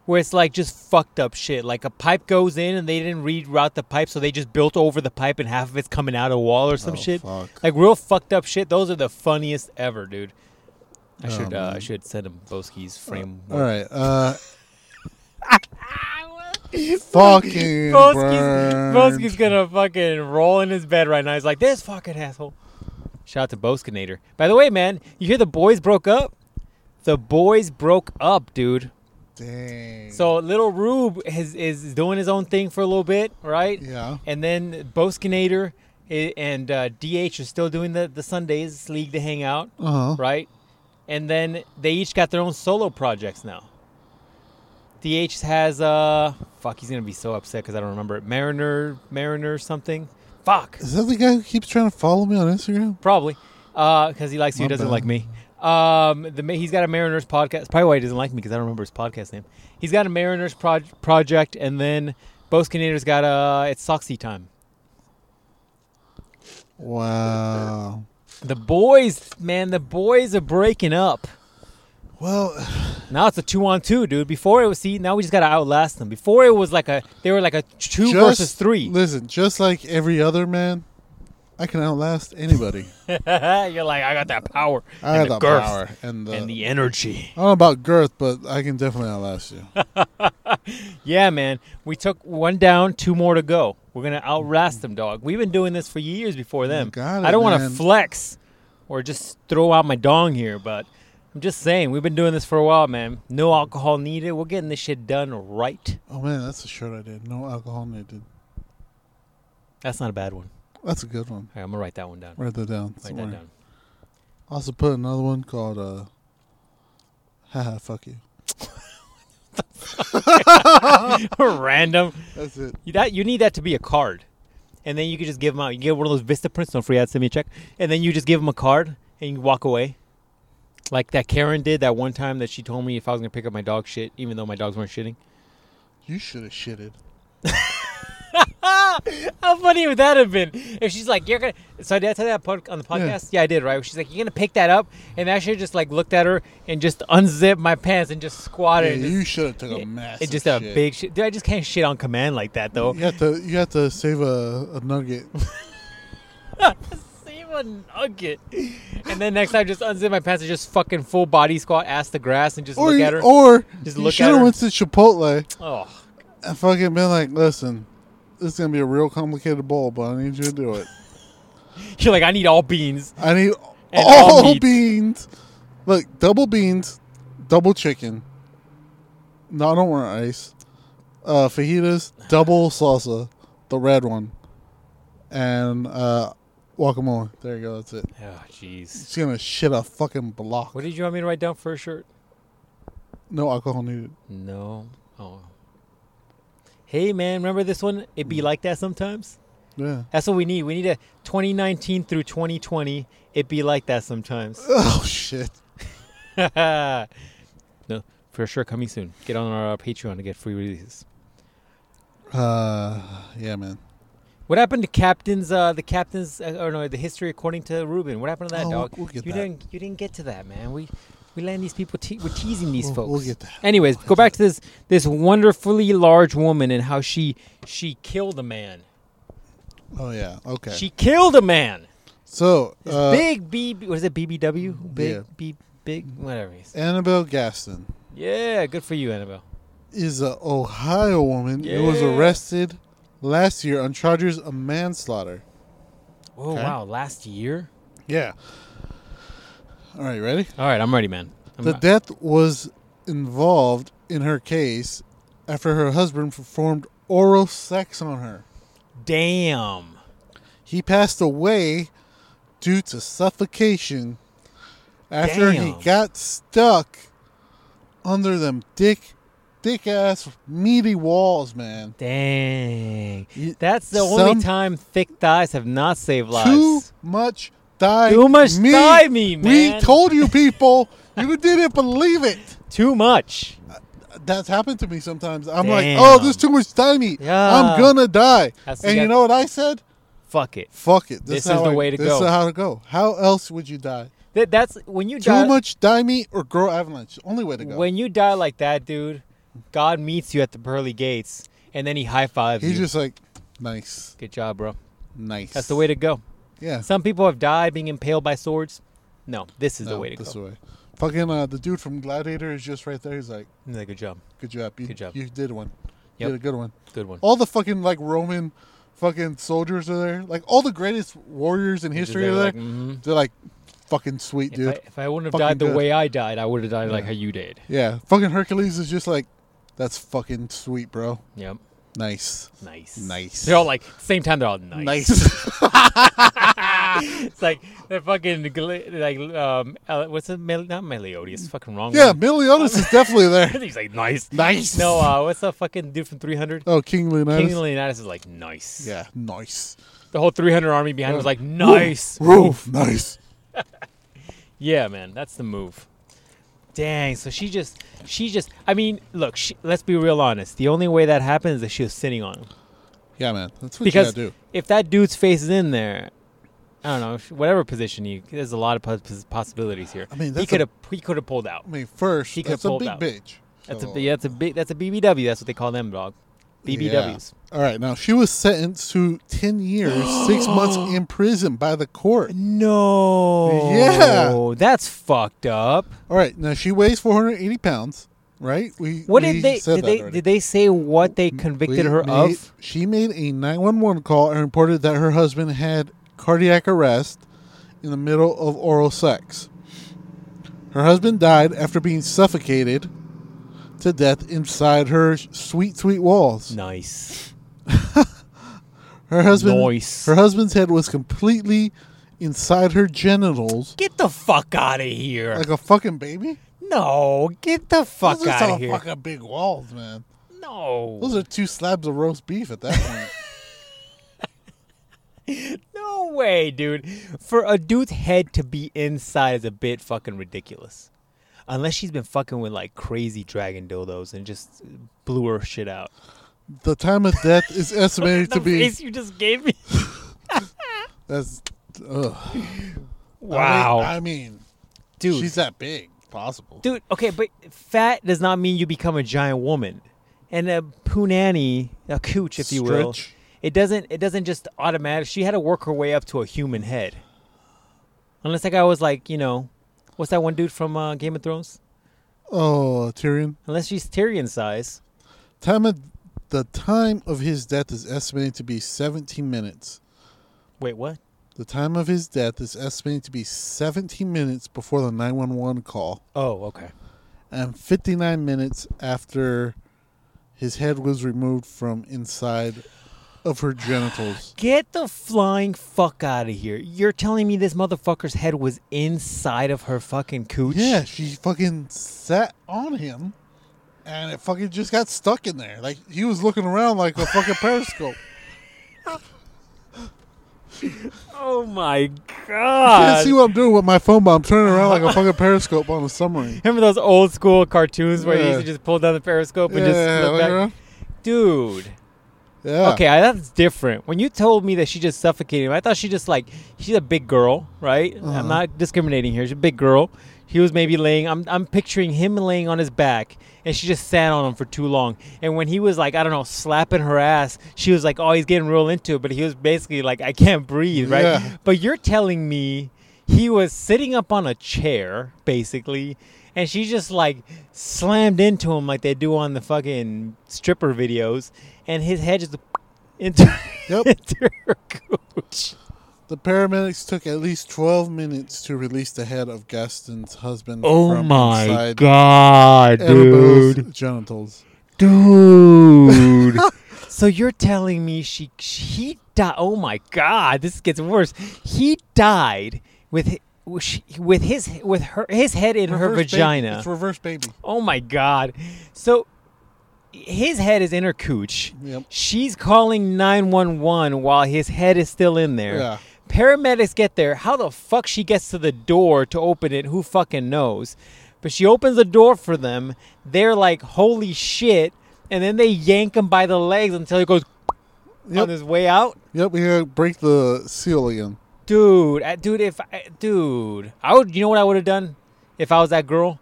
where it's like just fucked up shit. Like a pipe goes in and they didn't reroute the pipe, so they just built over the pipe and half of it's coming out a wall or some
Oh,
shit.
Fuck.
Like real fucked up shit. Those are the funniest ever, dude. I
Oh,
should uh, I
man.
should send him Boski's frame.
All right. Uh,
Broski's-
fucking. burned.
Broski's gonna fucking roll in his bed right now. He's like, this fucking asshole. Shout out to Boskinator. By the way, man, you hear the boys broke up? The boys broke up, dude.
Dang.
So little Rube is, is doing his own thing for a little bit, right?
Yeah.
And then Boskinator i- and uh, DH are still doing the, the Sundays league to hang out,
Uh huh.
right? And then they each got their own solo projects now. DH has uh fuck he's gonna be so upset because I don't remember it. Mariner Mariner something. Fuck
Is that the guy who keeps trying to follow me on Instagram?
probably because he likes you
My
he doesn't
bad.
like me. Um, the ma- he's got a Mariners podcast. Probably why he doesn't like me because I don't remember his podcast name. He's got a Mariners proj- project, and then Boskinator's got a it's Soxy time.
Wow.
The boys, man, the boys are breaking up.
Well,
Now it's a two on two, dude. Before it was see, now we just gotta outlast them. Before it was like a they were like a two
just-
versus three.
Listen, just like every other man, I can outlast anybody.
You're like, I got that power.
I
and
have
the
the
girth
power and the,
and the energy.
I don't know about girth, but I can definitely outlast you.
Yeah, man. We took one down, two more to go. We're gonna outlast them, dog. We've been doing this for years before them.
got
I
it,
don't want to
man.
flex or just throw out my dong here, but I'm just saying we've been doing this for a while, man. No alcohol needed. We're getting this shit done right.
Oh man, that's a shirt I did. No alcohol needed.
That's not a bad one.
That's a good one.
All right, I'm gonna write that one down.
Write that down.
Write
somewhere.
that down.
I also put another one called uh Haha fuck you.
Random.
That's it.
You, that, you need that to be a card, and then you can just give them out. You get one of those Vista prints. Don't forget, send me a check, and then you just give them a card and you walk away, like that Karen did that one time that she told me if I was gonna pick up my dog shit, even though my dogs weren't shitting.
You should have shitted.
Ah, How funny would that have been if she's like, "You're gonna." So did I tell you that pod- on the podcast? Yeah. I did. Right? She's like, "You're gonna pick that up," and I should just like looked at her and just unzipped my pants and just
Yeah,
squatted. and
you should have took a
just,
massive.
it just a
shit.
big shit. Dude, I just can't shit on command like that though.
You have to. You have to save a, a nugget.
Save a nugget. And then next time, just unzip my pants and just fucking full body squat, ass to grass, and just
or
look
you-
at her.
or
Just
you
look at
should have
her.
went to Chipotle
oh,
and fucking been like, listen, this is gonna be a real complicated bowl, but I need you to do it.
you're like, I need all beans.
I need
And all
all,
meat.
beans. Look, double beans, double chicken. No, I don't want ice. Uh, fajitas, double salsa, the red one, and uh, guacamole. There you go. That's it.
Oh, jeez.
It's gonna shit a fucking block.
What did you want me to write down for a shirt?
No alcohol needed.
No. Oh. Hey, man, remember this one? It be like that sometimes.
Yeah.
That's what we need. We need a 2019 through 2020. It be like that sometimes.
Oh shit.
no, for sure, coming soon. Get on our uh, Patreon to get free releases.
Uh, yeah, man.
What happened to captains? Uh, the captains, uh, or no, the history according to Ruben. What happened to that
Oh,
dog?
we'll- we'll get
you
that.
didn't. You didn't get to that, man. We we land these people. Te- we're teasing these
We'll-
folks.
we'll get that.
Anyways, go back to this this wonderfully large woman and how she she killed a man.
Oh yeah. Okay.
She killed a man.
so
This
uh,
big B. What is it? BBW. Big
Yeah.
B. Big whatever. It is.
Annabelle Gaston
Yeah, good for you, Annabelle.
is a Ohio woman who was
Yeah.
arrested last year on charges of manslaughter.
Oh
Okay.
wow, last year.
Yeah. All right, ready?
All right, I'm ready, man. I'm
the
not-
death was involved in her case after her husband performed oral sex on her.
Damn.
He passed away due to suffocation after
Damn.
he got stuck under them dick dick ass meaty walls, man.
Dang.
You-
That's the
Some-
only time thick thighs have not saved lives.
Too much thigh.
Too much
meat.
thigh meat,
We
man.
told you people. you didn't believe it.
Too much.
That's happened to me sometimes. I'm like,
Damn.
oh, there's too much thigh meat.
Yeah.
I'm gonna die.
That's-
and
you
you
got-
know what I said?
Fuck it.
Fuck it.
This
how
is the
I-
way to
this
go.
is how to go. How else would you die?
That, that's when you
Too
die.
much thigh meat or grow avalanche. Only way to go.
When you die like that, dude, God meets you at the pearly gates, and then he high fives you.
He's just like, nice,
Good job, bro.
nice.
That's the way to go.
Yeah.
Some people have died being impaled by swords. No, this is the
No,
way to
this
go.
way. Fucking uh, the dude from Gladiator is just right there. He's like,
Yeah, good job.
good job. You,
Good job.
You did one. You
Yep.
did a good one.
Good one.
All the fucking like Roman fucking soldiers are there. Like all the greatest warriors in history
They're
are there.
like, mhm.
They're like, fucking sweet,
If
dude.
I, if I wouldn't have
Fucking
died the
good.
way I died, I would have died like
Yeah.
how you did.
Yeah. Fucking Hercules is just like, that's fucking sweet, bro.
Yep.
Nice.
Nice.
Nice.
They're all like same time. They're all nice. it's like they're fucking gl- like um. Ele- what's it? Mel- not Meliodas. Fucking wrong.
yeah,
one.
Meliodas is definitely there.
He's like nice.
Nice.
No. Uh. What's the fucking dude from 300?
Oh, King Leonidas.
King Leonidas is like nice.
yeah, nice.
The whole 300 army behind was like nice.
Roof, nice.
Yeah, man, that's the move. Dang, so she just, she just, I mean, look, she, let's be real honest. The only way that happens is that she was sitting on him.
Yeah, man. That's what
Because
you gotta do.
if that dude's face is in there, I don't know, if- whatever position you, there's a lot of pos- pos- possibilities here.
I mean,
he
that's
could
a-
have, he could have pulled out.
I mean, first,
He could've
that's a
pulled
big
out.
bitch.
That's
So-
a, yeah, that's a big, that's a BBW. That's what they call them, dog. BBWs.
All right, now she was sentenced to 10 years, six months in prison by the court.
No.
Yeah.
That's fucked up.
All right, now she weighs 480 pounds, right? We,
What
we
did they,
said
did
that
they,
already.
did they say what they convicted
We
her
made-
of?
She made a 911 call and reported that her husband had cardiac arrest in the middle of oral sex. Her husband died after being suffocated to death inside her sweet, sweet walls.
Nice.
Her husband,
Nice.
her husband's head was completely inside her genitals,
Get the fuck out of here.
like a fucking baby.
no, get the fuck
Those are
out
some
of here.
fucking big walls, man.
No.
Those are two slabs of roast beef at that point.
no way, dude. For a dude's head to be inside is a bit fucking ridiculous. Unless she's been fucking with like crazy dragon dildos and just blew her shit out.
the time of death is estimated to
the
be.
face you just gave me.
That's. Ugh.
Wow.
I mean, I mean,
dude.
she's that big. Possible.
dude, okay, but fat does not mean you become a giant woman. And a punani, a cooch if you will.
Stretch.
It doesn't. It doesn't just automatic. She had to work her way up to a human head. Unless that guy was like, you know, what's that one dude from uh, Game of Thrones?
Oh, Tyrion.
Unless she's Tyrion size.
Time of the time of his death is estimated to be 17 minutes.
Wait, what?
The time of his death is estimated to be 17 minutes before the 911 call
Oh, okay.
and 59 minutes after his head was removed from inside of her genitals.
Get the flying fuck out of here! You're telling me this motherfucker's head was inside of her fucking cooch?
Yeah, she fucking sat on him and it fucking just got stuck in there. Like he was looking around like a fucking periscope.
Oh my
You can't
god!
see what I'm doing with my phone, but I'm turning around like a fucking periscope on a submarine.
Remember those old school cartoons where you
Yeah.
used to just pull down the periscope and
Yeah,
just look
look
back?
around.
Dude.
Yeah.
Okay, I- that's different. When you told me that she just suffocated him, I thought she just like she's a big girl, right?
Uh-huh.
I'm not discriminating here. She's a big girl. He was maybe laying. I'm I'm picturing him laying on his back, and she just sat on him for too long. And when he was like, I don't know, slapping her ass, she was like, Oh, he's getting real into it. But he was basically like, I can't breathe, right?
Yeah.
But you're telling me he was sitting up on a chair, basically, and she just like slammed into him like they do on the fucking stripper videos, and his head just into,
Yep.
into her cooch.
The paramedics took at least 12 minutes to release the head of Gaston's husband
Oh
from
my
inside
god,
Annabelle's
dude.
genitals.
Dude. so you're telling me she he died? Oh my god, this gets worse. He died with hi- with she- with his with her his head in her
Reverse baby.
vagina.
It's reverse baby.
Oh my god. So his head is in her cooch.
Yep.
She's calling 911 while his head is still in there.
Yeah.
Paramedics get there. How the fuck she gets to the door to open it? Who fucking knows? But she opens the door for them. They're like, "Holy shit!" And then they yank him by the legs until he goes on
Yep.
his way out.
Yep, we gotta break the seal again.
dude, I, dude, if I, dude, I would, you know what I would have done if I was that girl?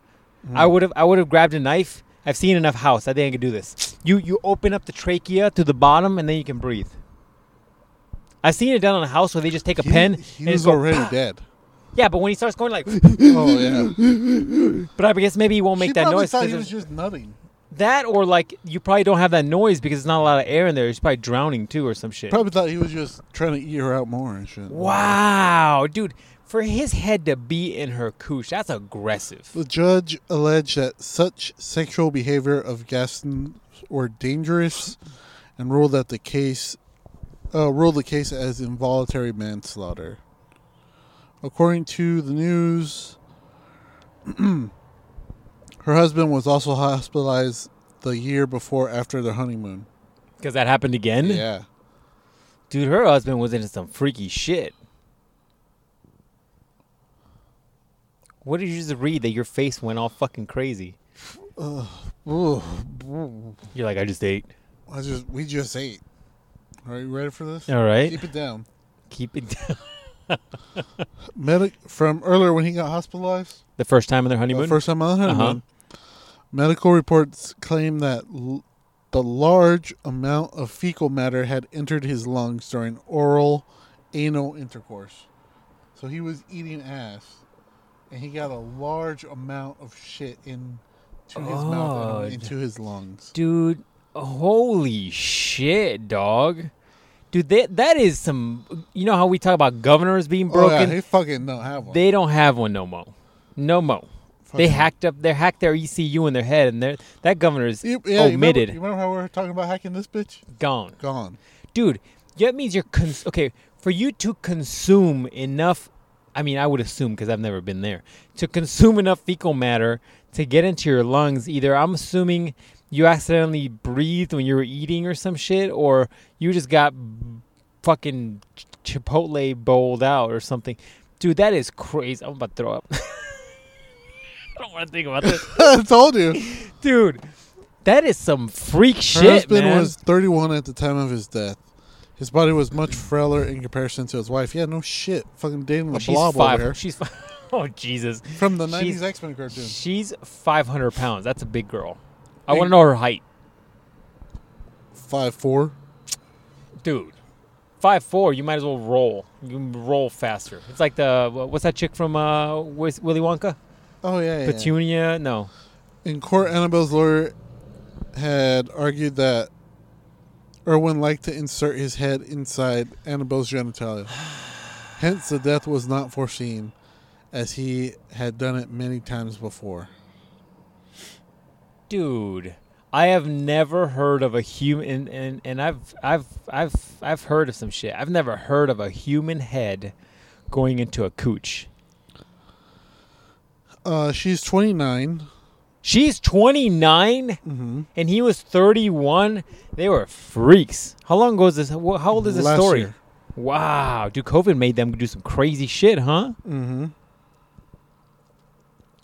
Hmm.
I would have, I would have grabbed a knife. I've seen enough house. I think I could do this. You, you open up the trachea to the bottom, and then you can breathe. I've seen it done on a house where they just take a
He-
pen.
He
and
was
just go,
already dead.
yeah, but when he starts going like,
Oh yeah.
but I guess maybe he won't make
she
that
probably
noise.
thought
'cause
he
of-
was just nutting.
that or like you probably don't have that noise because there's not a lot of air in there. He's probably drowning too or some shit.
Probably thought he was just trying to eat her out more and shit.
Wow, dude, for his head to be in her couche, that's aggressive.
The judge alleged that such sexual behavior of Gaston were dangerous, and ruled that the case uh, ruled the case as involuntary manslaughter. According to the news, her husband was also hospitalized the year before after their honeymoon.
Because that happened again?
Yeah,
Dude, her husband was into some freaky shit. What did you just read that your face went all fucking crazy?
Ooh,
You're like, I just ate.
I just we just ate. Are you ready for this?
All right.
Keep it down.
Keep it down.
Medic from earlier when he got hospitalized.
The first time in their honeymoon?
The first time on the
Uh-huh.
honeymoon. Medical reports claim that l- the large amount of fecal matter had entered his lungs during oral anal intercourse. So he was eating ass, and he got a large amount of shit in to his mouth
Oh.
and into his lungs.
Dude, holy shit, dog. Dude, that, that is some. You know how we talk about governors being
Oh, yeah,
broken?
he fucking don't have one.
they don't have one no more. No more. They
Fucking-
hacked up. They hacked their ECU in their head, and their- that governor is
You- yeah, you remember-
omitted,
You remember, how we were talking about hacking this bitch?
gone.
Gone.
dude that means you're cons- okay for you to consume enough i mean i would assume because i've never been there to consume enough fecal matter to get into your lungs either i'm assuming you accidentally breathed when you were eating or some shit or you just got fucking chipotle bowled out or something dude that is crazy i'm about to throw up i don't want to think about this
I told you. Her
dude that is some freak shit
husband
man.
was 31 at the time of his death. His body was much frailer in comparison to his wife. Yeah, no shit. Fucking dating the
she's
blob
five.
over here.
She's five. Oh Jesus!
From the
she's-
90s X Men cartoon.
She's five hundred pounds. That's a big girl. I
Big-
want to know her height,
5'4.
dude. Five four. You might as well roll. You can roll faster. It's like the wha- what's that chick from uh, Wiz- Willy Wonka?
Oh, yeah. yeah, yeah.
Petunia? No.
In court, Annabelle's lawyer had argued that Irwin liked to insert his head inside Annabelle's genitalia. Hence, the death was not foreseen, as he had done it many times before.
dude i have never heard of a human and, and, and I've, I've i've i've heard of some shit i've never heard of a human head going into a cooch
Uh, she's 29.
she's 29 and he was 31 they were freaks how long ago is this wh- how old is this
Last
story
year.
wow dude covid made them do some crazy shit huh
Mm-hmm.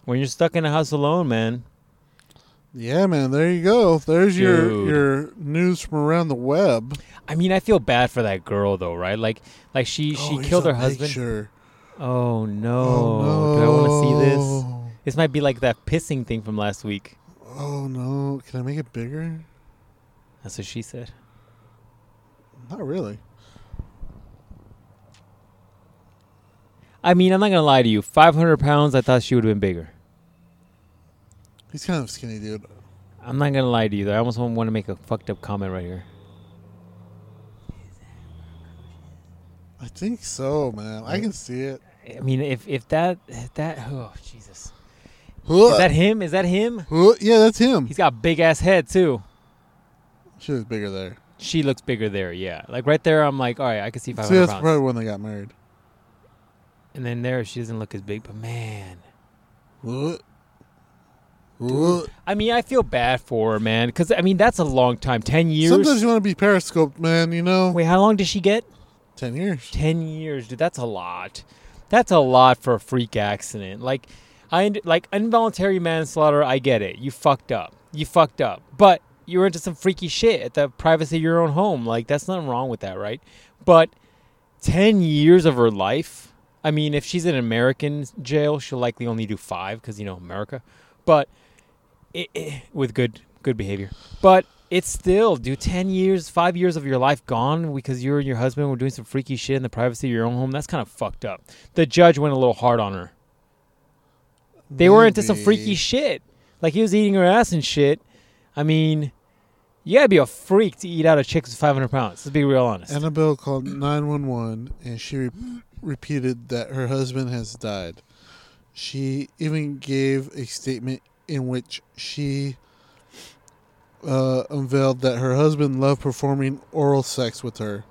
when you're stuck in a house alone man
Yeah, man. There you go. There's your
Dude.
your news from around the web.
i mean i feel bad for that girl though right like like she
Oh,
she killed her husband oh no
Oh,
do i want to see this This might be like that pissing thing from last week.
Oh no! Can I make it bigger?
That's what she said.
Not really.
I mean, I'm not gonna lie to you. 500 pounds. I thought she would have been bigger.
He's kind of skinny, dude.
I'm not gonna lie to you. Though. I almost want to make a fucked up comment right here.
I think so, man. I can see it.
I mean, if if that if that oh Jesus,
Huh.
is that him? Is that him?
Huh. yeah, that's him.
He's got a big ass head too.
She was bigger there.
She looks bigger there. Yeah, like right there. I'm like, all right, I can see
See,
500
that's
pounds.
probably when they got married.
And then there, she doesn't look as big. But man,
Huh. Huh.
I mean, I feel bad for her, man. Because I mean, that's a long time. Ten years.
Sometimes you want to be periscoped, man. You know.
Wait, how long did she get?
Ten years.
10 years dude that's a lot that's a lot for a freak accident like i und- like involuntary manslaughter i get it you fucked up you fucked up but you were into some freaky shit at the privacy of your own home like that's nothing wrong with that right but 10 years of her life i mean if she's in american jail she'll likely only do five because you know america but it, it- eh, with good good behavior but it's still, dude, 10 years, five years of your life gone because you and your husband were doing some freaky shit in the privacy of your own home. That's kind of fucked up. The judge went a little hard on her. They were into some freaky
Maybe.
shit. Like he was eating her ass and shit. I mean, you gotta be a freak to eat out a chick who's 500 pounds. Let's be real honest.
Annabelle called 911 and she re- repeated that her husband has died. She even gave a statement in which she uh, unveiled that her husband loved performing oral sex with her.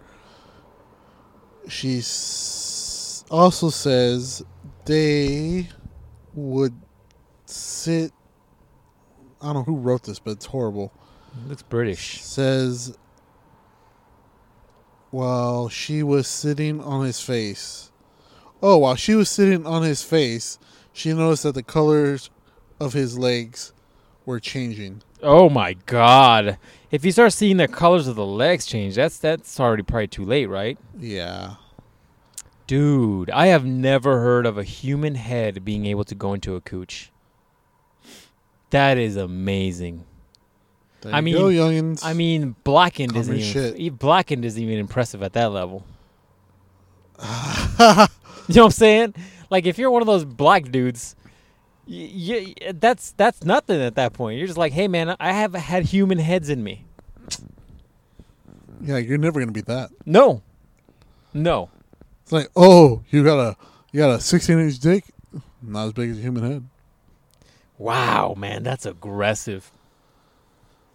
She s- also says they would sit. I don't know who wrote this, but it's horrible
looks British.
says while she was sitting on his face. Oh, while she was sitting on his face, she noticed that the colors of his legs were changing.
Oh my god. If you start seeing the colors of the legs change, that's that's already probably too late, right?
Yeah.
Dude, I have never heard of a human head being able to go into a cooch. That is amazing.
There
I
you
mean-
go, youngins.
I mean, blackened isn't
Common
even
shit.
e- blackened isn't even impressive at that level. you know what I'm saying? Like if you're one of those black dudes, y y that's that's nothing at that point. You're just like, hey man, I have had human heads in me.
yeah, you're never gonna beat that.
No, no,
It's like, oh, you got a you got a 16 inch dick, not as big as a human head.
Wow, man, that's aggressive.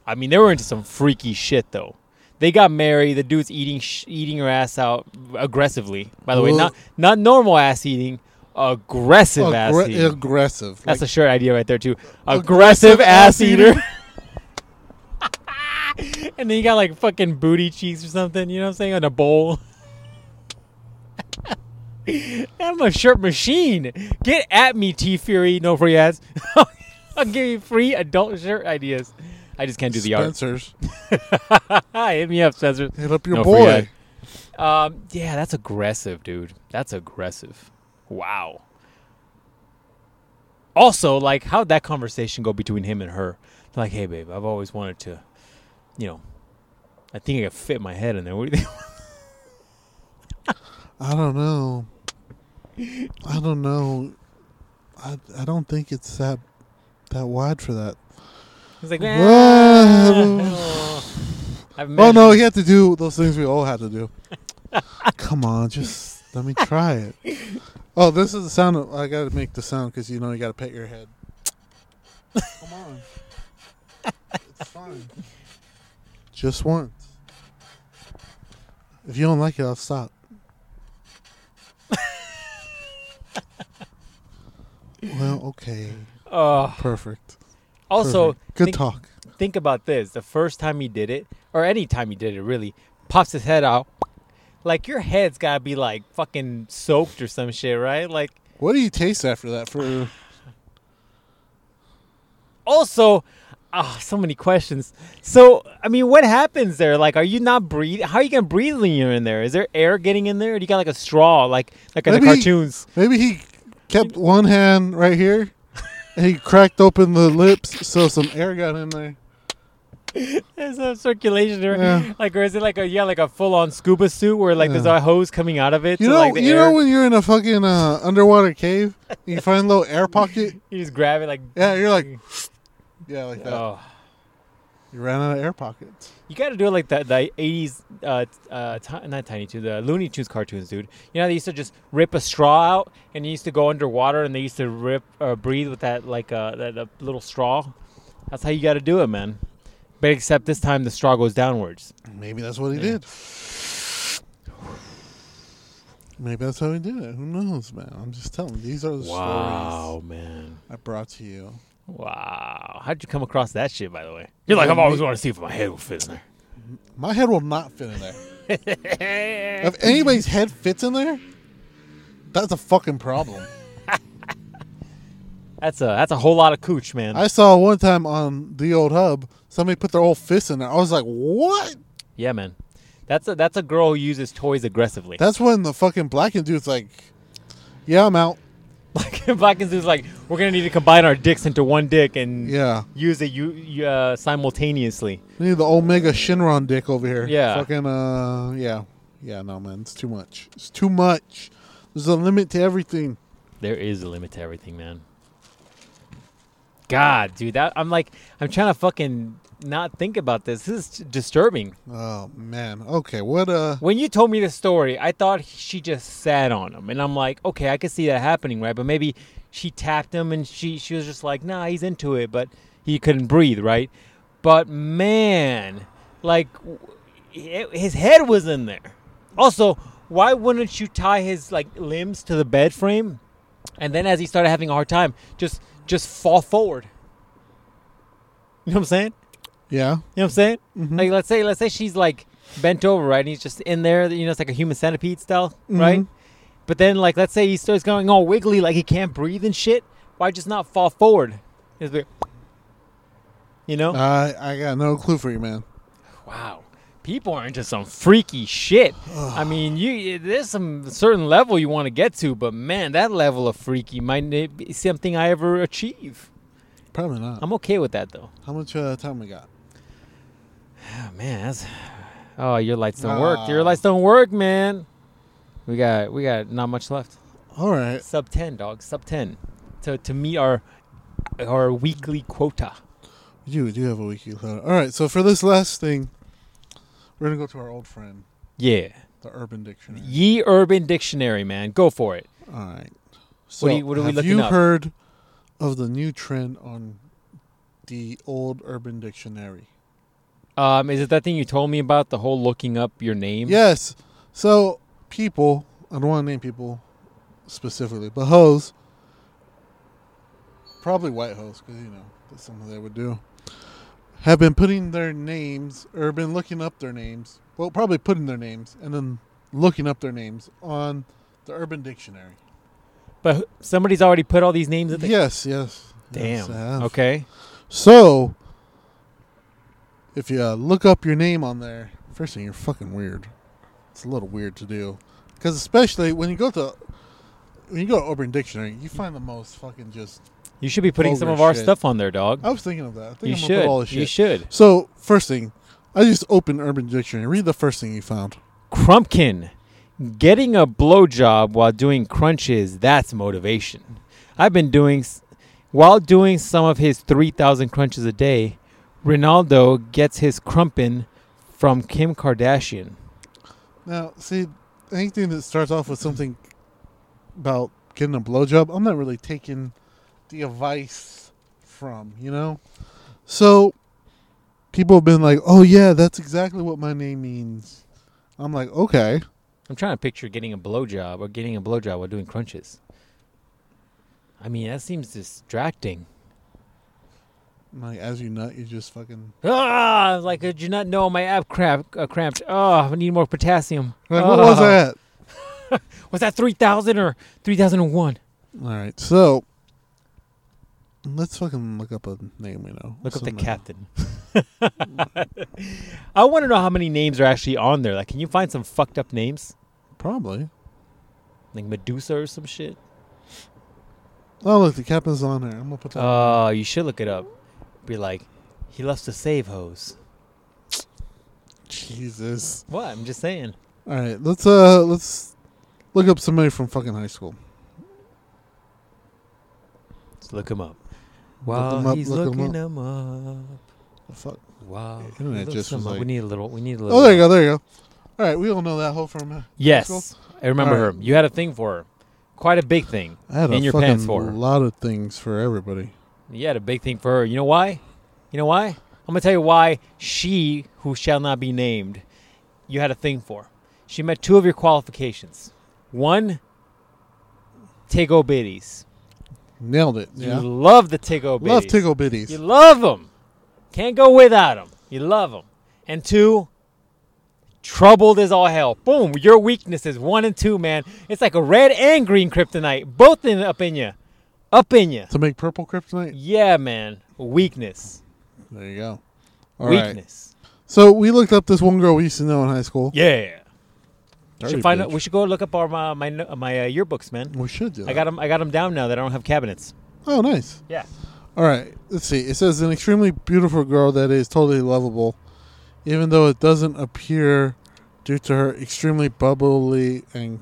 I mean, they were into some freaky shit though. They got married. The dude's eating sh- eating her ass out aggressively. By the way,
Well-
not not normal ass eating, aggressive ass
Aggre-
eating.
aggressive.
that's a
Like,
shirt idea right there too. Aggressive, ass eater. and then you got like fucking booty cheeks or something. You know what I'm saying? On a bowl. I'm a shirt machine. Get at me, T Fury. No free ads. I'll give you free adult shirt ideas. I just can't do the art.
Spencer's.
Hit me up, Spencer.
Hit up your
No free ad.
boy.
Um, yeah, that's aggressive, dude. That's aggressive. Wow. Also, like, how'd that conversation go between him and her? Like, hey, babe, I've always wanted to, you know, I think I could fit my head in there. What do you think?
I don't know. I don't know. I I don't think it's that that wide for that.
He's like,
Well,
"Ah, I've
Oh no,
measured."
you have to do those things we all have to do. Come on, just let me try it. Oh, this is the sound. Of, I gotta make the sound because you know you gotta pet your head. Come on, it's fine. Just once. If you don't like it, I'll stop. well, okay,
Uh,
perfect.
also,
Perfect. good
think-
talk.
think about this the first time he did it or any time he did it really pops his head out like your head's gotta be like fucking soaked or some shit right like
What do you taste after that? For
also ah, so many questions so i mean what happens there like are you not breathing how are you gonna breathe when you're in there is there air getting in there or do you got like a straw like like in the
Maybe-
cartoons
Maybe he kept one hand right here and he cracked open the lips so some air got in there.
there's no circulation or
Yeah.
like or is it like a yeah like a full-on scuba suit where like there's
Yeah.
a hose coming out of it
You
so,
know,
like, the
you
air-
know when you're in a fucking uh, underwater cave, and you find a little air pocket.
you just grab it like
Yeah, you're like, yeah, like that.
oh
You ran out of air pockets.
You got to do it like the the eighties, uh, t- uh, ti not Tiny Toons, the Looney Tunes cartoons, dude. You know they used to just rip a straw out, and they used to go underwater, and they used to rip or breathe with that like uh, that, that little straw. That's how you got to do it, man. But except this time the straw goes downwards.
Maybe that's what he
Yeah.
did. Maybe that's how he did it. Who knows, man? I'm just telling. These are the stories
man!
I brought to you.
Wow! How'd you come across that shit, by the way? You're like I've always wanted to see if my head will fit in there.
My head will not fit in there. If anybody's head fits in there, that's a fucking problem.
That's a that's a whole lot of cooch, man.
I saw one time on the old hub somebody put their whole fist in there. I was like, what?
yeah, man. That's a that's a girl who uses toys aggressively.
That's when the fucking blackened dude's like, yeah, I'm out.
Like Black and Zoo's like, we're gonna need to combine our dicks into one dick and
Yeah.
use it u- u- uh, simultaneously.
We need the Omega Shinron dick over here.
Yeah.
Fucking, uh, yeah. Yeah, no, man. It's too much. It's too much. There's a limit to everything.
There is a limit to everything, man. God, dude, that I'm like, I'm trying to fucking not think about this. This is disturbing.
Oh, man. Okay, what, uh,
When you told me the story, I thought she just sat on him, and I'm like, okay, I could see that happening, right? But maybe she tapped him, and she she was just like, nah, he's into it, but he couldn't breathe, right? But man, like, w- it, his head was in there. Also, why wouldn't you tie his like limbs to the bed frame, and then as he started having a hard time, just just fall forward? You know what I'm saying?
yeah.
You know what I'm saying? Like let's say let's say she's like bent over, right? And he's just in there, you know, it's like a human centipede style, right?
Mhm.
But then like let's say he starts going all wiggly like he can't breathe and shit. Why just not fall forward? Just be- you know?
I I got no clue for you, man.
wow. People are into some freaky shit. I mean, you there's some certain level you want to get to, but man, that level of freaky might not be something I ever achieve.
Probably not.
I'm okay with that though.
How much uh, time we got?
Oh, man, that's oh your lights don't work.
Ah.
Your lights don't work, man. We got we got not much left.
All right.
Sub ten, dog. Sub ten to to meet our our weekly quota.
You do have a wiki cloud. All right. So for this last thing, we're gonna go to our old friend,
Yeah,
the Urban Dictionary.
ye Urban Dictionary, man. Go for it.
All right. So
What are you- what are we
have
looking
you
up?
heard of the new trend on the old Urban Dictionary?
Um, is it that thing you told me about the whole looking up your name?
Yes. So people, I don't want to name people specifically, but hoes, probably white hoes, because you know that's something they would do, have been putting their names or been looking up their names. Well, probably putting their names and then looking up their names on the Urban Dictionary.
But who- somebody's already put all these names. At the-
Yes, yes.
Damn.
Yes, I have.
okay.
So, if you uh, look up your name on there, first thing, you're fucking weird. It's a little weird to do. Because especially when you go to when you go to Urban Dictionary, you find the most fucking just.
You should be putting some
Vulgar
of our
shit.
stuff on there, dog.
I was thinking of that. I think
you
I'm
should.
gonna put all this shit.
You should.
So first thing, I just opened Urban Dictionary. Read the first thing you found.
Crumpkin. Getting a blowjob while doing crunches, that's motivation. I've been doing, s- while doing some of his 3,000 crunches a day, Ronaldo gets his crumpin from Kim Kardashian.
Now, see anything that starts off with something about getting a blowjob, I'm not really taking the advice from, you know? So people have been like, Oh yeah, that's exactly what my name means. I'm like, okay.
I'm trying to picture getting a blowjob or getting a blowjob while doing crunches. I mean, that seems distracting.
I'm like as you nut, you just fucking
Ah, like, did you not know my ab cramp, uh, cramped? Oh, I need more potassium.
like, what was
Ah.
that?
Was that 3,000 or 3,001?
Alright, so let's fucking look up a name we know.
Look up the
Somebody-
captain. I want to know how many names are actually on there. Like, can you find some fucked up names?
Probably.
Like Medusa or some shit?
Oh look, the captain's on there. I'm gonna put that on.
Oh, you should look it up. Be like, he loves to save hoes.
Jesus.
What? I'm just saying.
All right, let's uh let's look up somebody from fucking high school.
Let's look him up.
Look
While
'em up,
he's
look 'em
looking him up.
The fuck.
Wow.
The internet just was
we
like-
need a little. We need a little.
Oh, there you go, there you go. All right, we all know that whole from. uh,
Yes, I remember
All right.
her. You had a thing for her. Quite a big thing.
I had
In
a
your
fucking
pants for her.
lot of things for everybody.
You had a big thing for her. You know why? You know why? I'm gonna tell you why she, who shall not be named, you had a thing for. She met two of your qualifications. One, Tigo Bitties.
Nailed it. Yeah.
You love the Tigo Bitties.
Love tickle bitties.
You love them. Can't go without them. You love them. And two, troubled as all hell. Boom, your weakness is one and two, man. It's like a red and green kryptonite, both in up in you, up in you.
to make purple kryptonite.
Yeah, man, weakness,
There you go. All right.
weakness.
So we looked up this one girl we used to know in high school.
Yeah. We
Dirty
should find out.
bitch.
We should go look up our my my, no- my uh, yearbooks, man.
We should do.
I
that.
got them. I got 'em down now that I don't have cabinets.
Oh, nice.
Yeah.
All right. Let's see. It says an extremely beautiful girl that is totally lovable, even though it doesn't appear due to her extremely bubbly and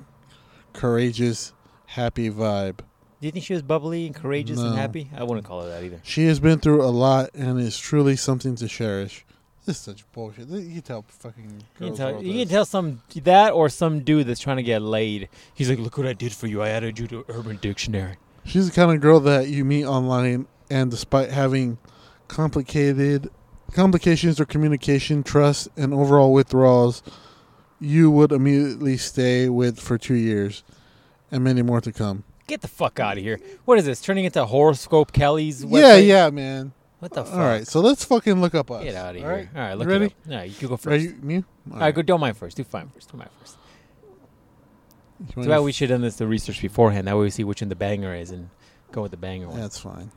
courageous, happy vibe.
Do you think she was bubbly and courageous and
No.
happy? I wouldn't call her that either.
She has been through a lot and is truly something to cherish. This is such bullshit. You can tell fucking
You can,
girls.
tell,
all
you
this.
can tell some that or some dude that's trying to get laid. He's like, "Look what I did for you. I added you to Urban Dictionary."
She's the kind of girl that you meet online, and despite having complicated complications or communication, trust, and overall withdrawals, you would immediately stay with for two years, and many more to come.
Get the fuck out of here. What is this? Turning into horoscope Kelly's website?
Yeah, yeah, man.
What the fuck?
All right, so let's fucking look up us.
Get out of here.
All right,
All right,
You
look
ready?
It up. All right, you can go first.
Are you me?
All right, go. Don't mind first. Do fine first. Do mine first.
You
Too
wanna-
bad we should have done this the research beforehand. That way we see which one the banger is and go with the banger one.
That's fine.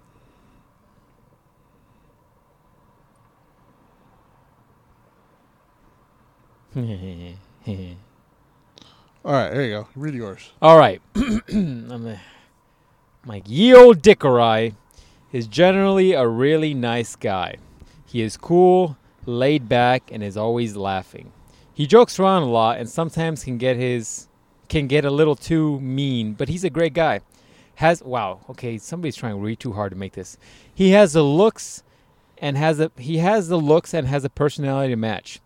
All right, there you go. Read yours.
All right. I'm a, my ye old Dickerai is generally a really nice guy. He is cool, laid back, and is always laughing. He jokes around a lot and sometimes can get his can get a little too mean, but he's a great guy. Has wow, okay, somebody's trying really too hard to make this. He has the looks and has a he has the looks and has a personality to match.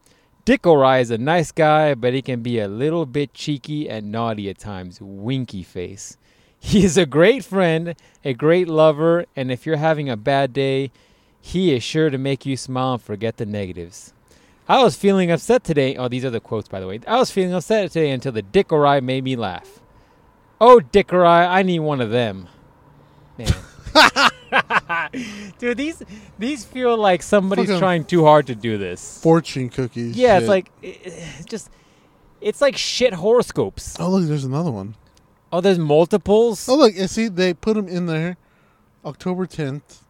Dick O'Reilly is a nice guy, but he can be a little bit cheeky and naughty at times. Winky face. He is a great friend, a great lover, and if you're having a bad day, he is sure to make you smile and forget the negatives. I was feeling upset today. Oh, these are the quotes, by the way. I was feeling upset today until the Dick O'Reilly made me laugh. Oh, Dick O'Reilly, I need one of them. Man. Dude, these these feel like somebody's
Fucking-
trying too hard to do this.
Fortune cookies.
Yeah,
shit.
it's like it- it's just it's like shit horoscopes.
Oh look, there's another one.
Oh, there's multiples.
Oh look, and see they put them in there, October tenth,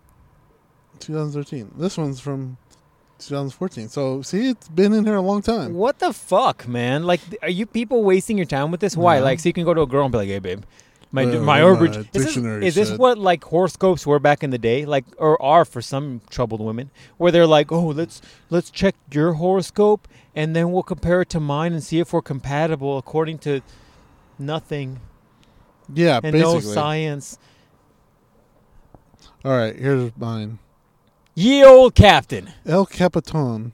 two thousand thirteen. This one's from two thousand fourteen. So see, it's been in here a long time.
What the fuck, man? Like, th- are you people wasting your time with this? Why?
No.
Like, so you can go to a girl and be like, "Hey, babe, my
Well,
my
my
orbit is this,
Uh, dictionary
is this
said-
what like horoscopes were back in the day? Like, or are for some troubled women, where they're like, "Oh, let's let's check your horoscope and then we'll compare it to mine and see if we're compatible according to nothing
Yeah,
and no
basically.
science."
All right, here's mine.
Ye old captain
El Capitan.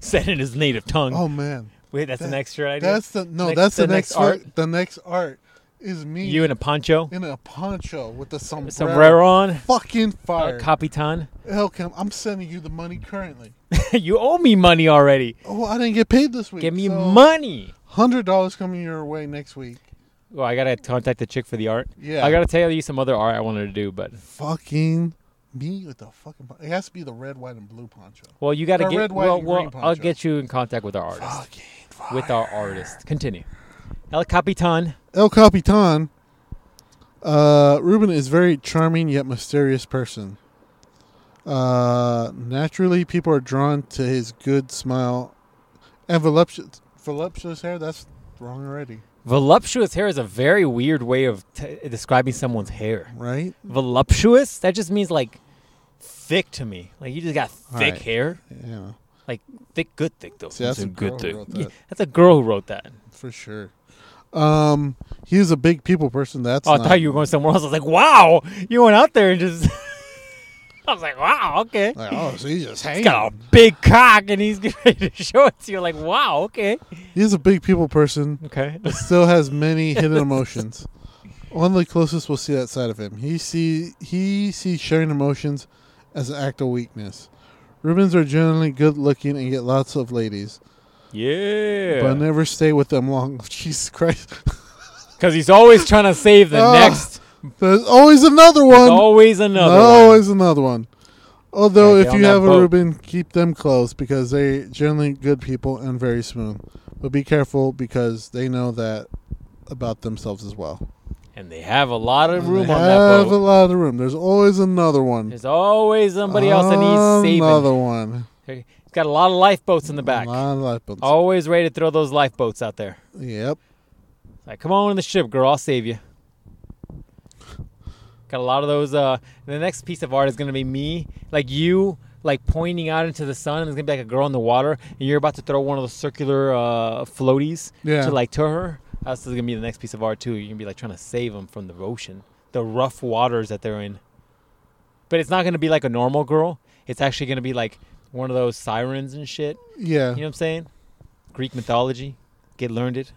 said in his native tongue.
Oh man,
Wait, that's an
That-
extra idea.
that's the no.
Next-
that's the,
the
next,
next
art.
art?
The next art is me
you in a poncho,
in a poncho with the sombrero.
sombrero on,
Fucking
uh,
fire.
capitan.
El Cap. I'm sending you the money currently.
you owe me money already.
Oh, I didn't get paid this week.
Give me
so
money.
Hundred dollars coming your way next week.
Well, I gotta contact the chick for the art.
Yeah.
I gotta tell you some other art I wanted to do, but
fucking me with the fucking. pon- It has to be the red, white, and blue poncho.
well, you gotta
Or
get.
red, white,
well,
and
well,
green
I'll
poncho.
get you in contact with our artist.
Fucking fire.
With our artist, continue. El Capitan.
El Capitan. Uh, Ruben is very charming yet mysterious person. Uh, naturally, people are drawn to his good smile and voluptuous, voluptuous hair. That's wrong already,
Voluptuous hair is a very weird way of t- describing someone's hair.
right?
Voluptuous? That just means like thick to me. Like you just got
All
thick
right.
hair.
Yeah,
Like thick, good thick though.
See, that's a girl who wrote
Yeah,
that.
that's a girl who wrote that.
for sure. Um, he is a big people person. That's
oh, I
not-
thought you were going somewhere else. I was like, wow, you went out there and just. I was like, wow, okay.
Like, oh, so he's just hanging.
He's got a big cock and he's getting ready to show it to you. Like, wow, okay,
He is a big people person.
okay.
but still has many hidden emotions. Only the closest will see that side of him. He see he sees sharing emotions as an act of weakness. Rubens are generally good looking and get lots of ladies, but
Yeah,
never stay with them long. Jesus Christ!
because he's always trying to save the
Ah,
next.
There's always another
There's
one.
always another. one.
always another one. Although,
Yeah,
if
get on
you
that
have a
boat.
Reuben, keep them close because they generally good people and very smooth. But be careful because they know that about themselves as well.
and they have a lot of room
they
on that
have a
boat.
lot of room. There's always another one.
There's always somebody else that needs saving.
Another one.
He's got a lot of lifeboats in the back. Oh.
A lot of lifeboats.
Always ready to throw those lifeboats out there.
Yep.
Like, come on in the ship, girl. I'll save you. Got a lot of those. Uh, the next piece of art is gonna be me, like you, like pointing out into the sun. And there's gonna be like a girl in the water, and you're about to throw one of those circular uh, floaties
Yeah.
to like to her. That's gonna be the next piece of art too. You're gonna be like trying to save them from the ocean, the rough waters that they're in. But it's not gonna be like a normal girl. It's actually gonna be like one of those sirens and shit.
Yeah.
You know what I'm saying? Greek mythology. Get learned it.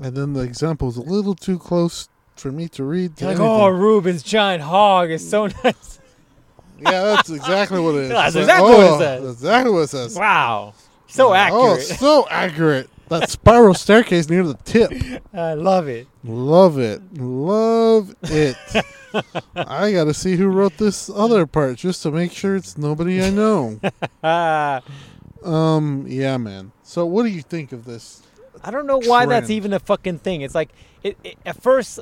And then the example is a little too close for me to read. To
You're like,
anything.
oh, Ruben's giant hog is so nice.
yeah, that's exactly what it is.
"Oh, That's
It's oh,
exactly what it says.
That's exactly what it says.
Wow. So
Oh,
accurate.
so accurate. That spiral staircase near the tip.
I love it.
Love it. Love it. I got to see who wrote this other part just to make sure it's nobody I know.
Uh,
um, yeah, man. So what do you think of this?
I don't know why that's
Trend.
even a fucking thing. It's like, it, it, at first,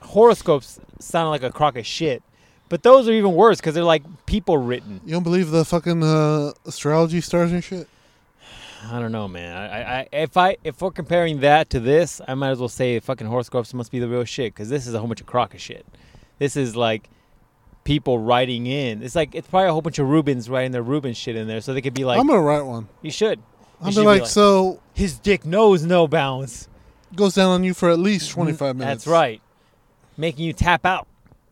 horoscopes sound like a crock of shit. But those are even worse because they're like people written.
You don't believe the fucking uh, astrology stars and shit?
I don't know, man. I, I, I if I if we're comparing that to this, I might as well say fucking horoscopes must be the real shit because this is a whole bunch of crock of shit. This is like people writing in. It's like it's probably a whole bunch of Rubens writing their Ruben shit in there, so they could be like,
I'm going to write one.
"You should." You
I'm
should
be
be
like,
like-
so
His dick knows no bounds.
goes down on you for at least 25 minutes.
Mm-hmm. That's right, making you tap out.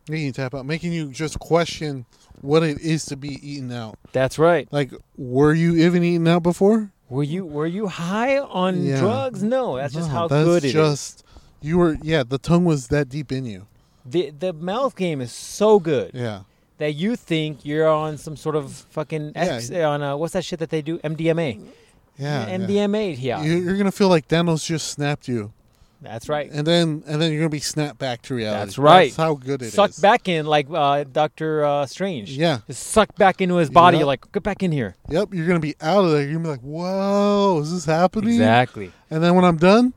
Making you tap out, making you just question what it is to be eaten out.
That's right.
Like, were you even eaten out before?
Were you were you high on
Yeah.
drugs? No, that's just
No,
how
that's
good it is.
just, You were, yeah, the tongue was that deep in you.
The the mouth game is so good.
Yeah.
that you think you're on some sort of fucking ex- on a, what's that shit that they do MDMA
Yeah. yeah.
MDMA yeah
You- You're gonna feel like Thanos just snapped you,
that's right
and then and then you're gonna be snapped back to reality.
That's right.
That's how good it is.
suck back in like uh, Doctor uh, Strange
Yeah.
just suck back into his body
Yeah.
You're like get back in here
Yep. You're gonna be out of there. You're gonna be like, "Whoa, is this happening?"
exactly
And then when I'm done,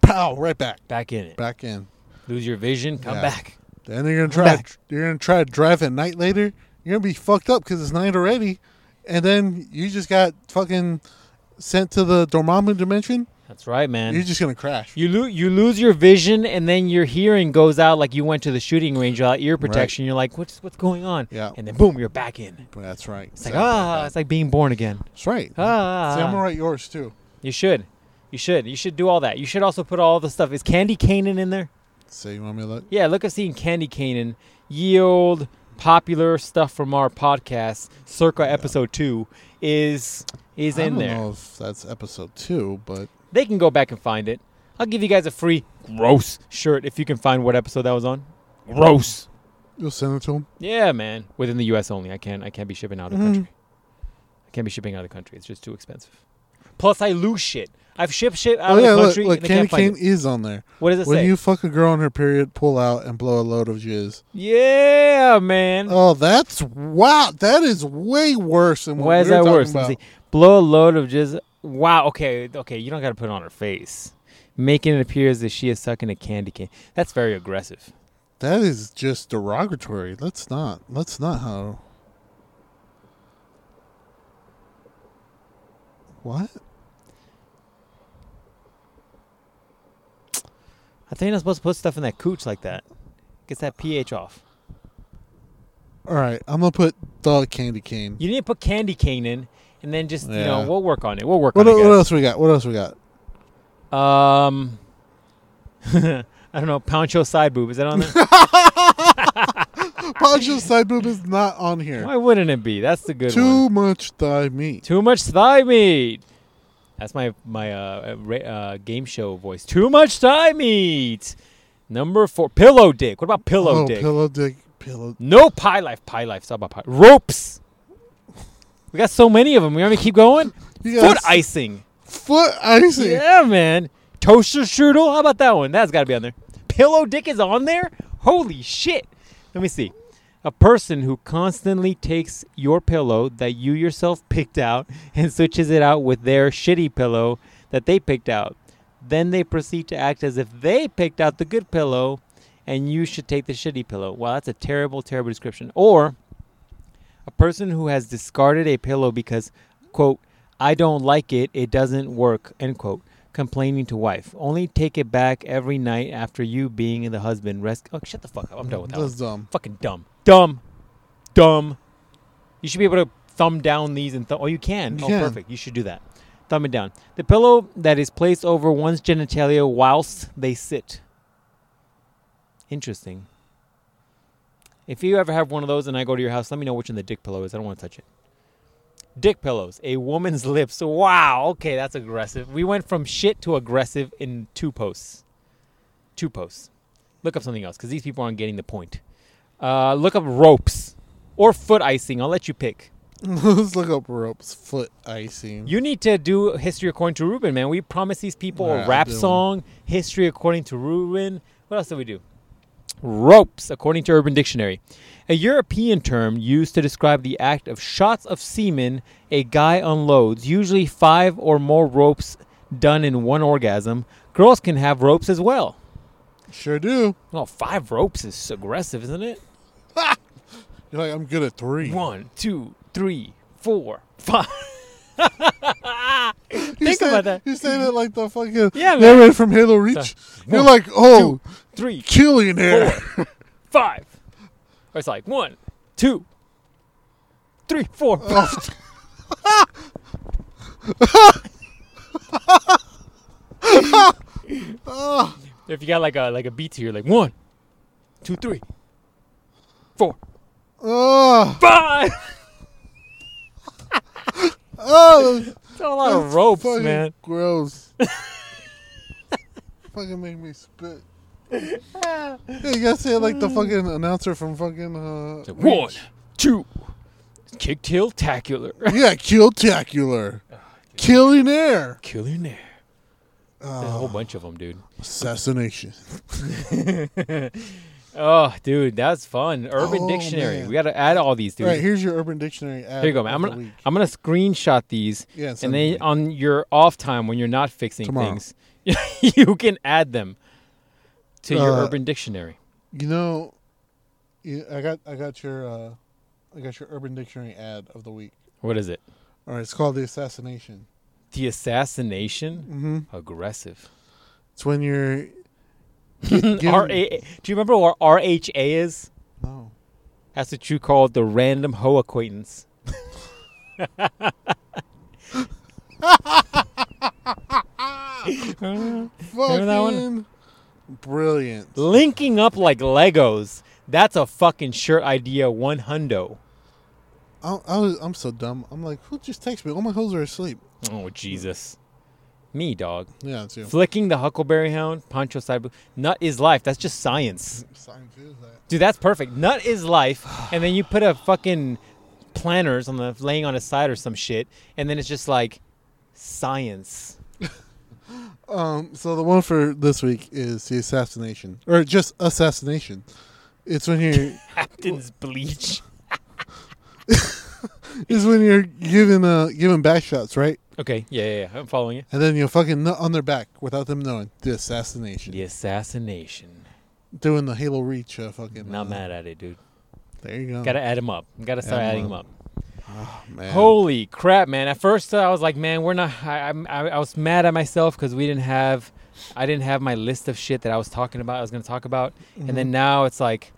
pow, right back,
back in it
back in.
lose your vision come
Yeah.
back
Then you're gonna try.
back.
You're gonna try to drive at night later. You're gonna be fucked up because it's night already, and then you just got fucking sent to the Dormammu dimension.
that's right man
You're just gonna crash.
you, lo- you lose your vision and then your hearing goes out like you went to the shooting range without ear protection you're like what's what's going on
Yeah.
and then boom you're back in
That's right.
it's like ah it's like being born again
That's right.
ah
See, I'm gonna write yours too.
You should. You should. You should do all that. You should also put all the stuff. Is Candy Canon in there?
So you want me to look?
Yeah, look at seeing Candy Canon yield popular stuff from our podcast, circa episode two, is is
I
in
don't
there.
know if that's episode two, but
They can go back and find it. I'll give you guys a free gross shirt if you can find what episode that was on. Gross.
you'll send it to him.
Yeah, man. Within the U.S. only. I can't. I can't be shipping out of the
Mhm.
country. I can't be shipping out of the country. It's just too expensive. Plus, I lose shit. I've shipped shit out
Oh
of
yeah,
the
look,
country.
look
and I
candy
can't find
cane
it.
is on there.
What does it
When
say?
you fuck a girl on her period, pull out and blow a load of jizz.
Yeah, man.
Oh, that's wow. That is way worse than what
Why is
we're
that
talking
worse?
About.
Let's see. Blow a load of just wow. Okay, okay. You don't got to put it on her face, making it appear as if she is sucking a candy cane. That's very aggressive.
That is just derogatory. Let's not. Let's not how. What?
I think you're not supposed to put stuff in that cooch like that. Gets that pH off.
All right, I'm gonna put the candy cane.
You need to put candy cane in, and then just you know
Yeah.
we'll work on it. We'll work
What,
on
what
it. guys.
else we got? What else we got?
Um, I don't know. Pancho side boob is that on there?
Poncho's side boob is not on here.
Why wouldn't it be? That's the good one.
Too much thigh meat.
Too much thigh meat. That's my my uh, ra- uh, game show voice. Too much thigh meat. Number four, pillow dick. What about pillow
oh,
dick?
pillow dick, pillow.
no pie life. Pie life. Stop about pie. Ropes. We got so many of them. We want me to keep going.
You
Foot
guys-
icing.
Foot icing.
Yeah, man. Toaster strudel. How about that one? That's got to be on there. Pillow dick is on there. Holy shit. Let me see. A person who constantly takes your pillow that you yourself picked out and switches it out with their shitty pillow that they picked out. Then they proceed to act as if they picked out the good pillow and you should take the shitty pillow. Wow, that's a terrible, terrible description. Or a person who has discarded a pillow because, quote, I don't like it, it doesn't work, end quote, complaining to wife. Only take it back every night after you being the husband. Rest. Oh, shut the fuck up. I'm done with that.
That's
one.
dumb.
Fucking dumb. Dumb. Dumb. You should be able to thumb down these and thumb. Oh, you can.
You
oh,
can.
perfect. You should do that. Thumb it down. The pillow that is placed over one's genitalia whilst they sit. Interesting. If you ever have one of those and I go to your house, let me know which one the dick pillow is. I don't want to touch it. Dick pillows, a woman's lips. Wow. Okay, that's aggressive. We went from shit to aggressive in two posts. Two posts. Look up something else because these people aren't getting the point. Uh, look up ropes or foot icing. I'll let you pick.
Let's look up ropes foot icing.
You need to do history according to Ruben, man. We promised these people
All right,
a
I'll
rap
do
song, history according to Ruben. What else did we do? Ropes, according to Urban Dictionary, a European term used to describe the act of shots of semen a guy unloads, usually five or more ropes done in one orgasm. Girls can have ropes as well.
Sure do.
Well, five ropes is aggressive, isn't it?
You're like I'm good at three.
One, two, three, four, five.
You
Think
say-
about that.
You say that like the fucking
Yeah, man.
narrator from Halo Reach. You're
one,
like, oh,
Three,
Killionaire.
five. Or it's like one, two, three, four. five. if you got like a like a beat to you, like one, two, three, four,
Oh,
five.
oh, that's
That's a lot of ropes,
fucking
man.
gross. fucking make me spit. Yeah, you gotta say it like the fucking announcer from fucking. Uh,
It's like one, two, kick till tacular,
yeah, Killtacular. Killionaire.
killionaire. There's a
Ah.
whole bunch of them, dude.
Assassination.
Oh, dude, that's fun. Urban
Oh,
Dictionary.
man.
We got to add all these, dude.
All right, here's your Urban Dictionary ad.
Here you go, man.
of
I'm
the
gonna
week.
I'm gonna screenshot these,
Yeah, send
and
them
then
to me.
on your off time when you're not fixing
Tomorrow.
things, you can add them to your
Uh,
Urban Dictionary.
You know, you, I got I got your uh, I got your Urban Dictionary ad of the week.
What is it?
All right, it's called the assassination.
The assassination.
Mm-hmm.
Aggressive.
It's when you're. give-
R A. Do you remember what R H A is?
No.
That's what you call the random hoe acquaintance.
Fucking
that one?
Brilliant.
Linking up like Legos. That's a fucking shirt idea. One hundo.
I, I was, I'm so dumb. I'm like, who just texted me? All my hoes are asleep.
Oh Jesus. Me dog.
Yeah, it's you.
Flicking the Huckleberry Hound, Pancho Saibu. Nut is life. That's just science.
Sign is that.
Dude, that's perfect. Nut is life. And then you put a fucking planters on the laying on a side or some shit, and then it's just like science.
Um, so the one for this week is the assassination, or just assassination. It's when you're
Captain's bleach.
is when you're giving uh giving back shots, right?
Okay, yeah, yeah, yeah. I'm following you.
And then you're fucking nut on their back without them knowing. The assassination,
The assassination.
doing the Halo Reach uh, fucking. uh,
Not mad at it, dude.
There you go.
Gotta add them up. Gotta start
Add 'em
adding them
up.
up.
Man.
Holy crap, man! At first, uh, I was like, "Man, we're not." I, I'm- I, I was mad at myself because we didn't have, I didn't have my list of shit that I was talking about. I was gonna talk about, and then now it's like,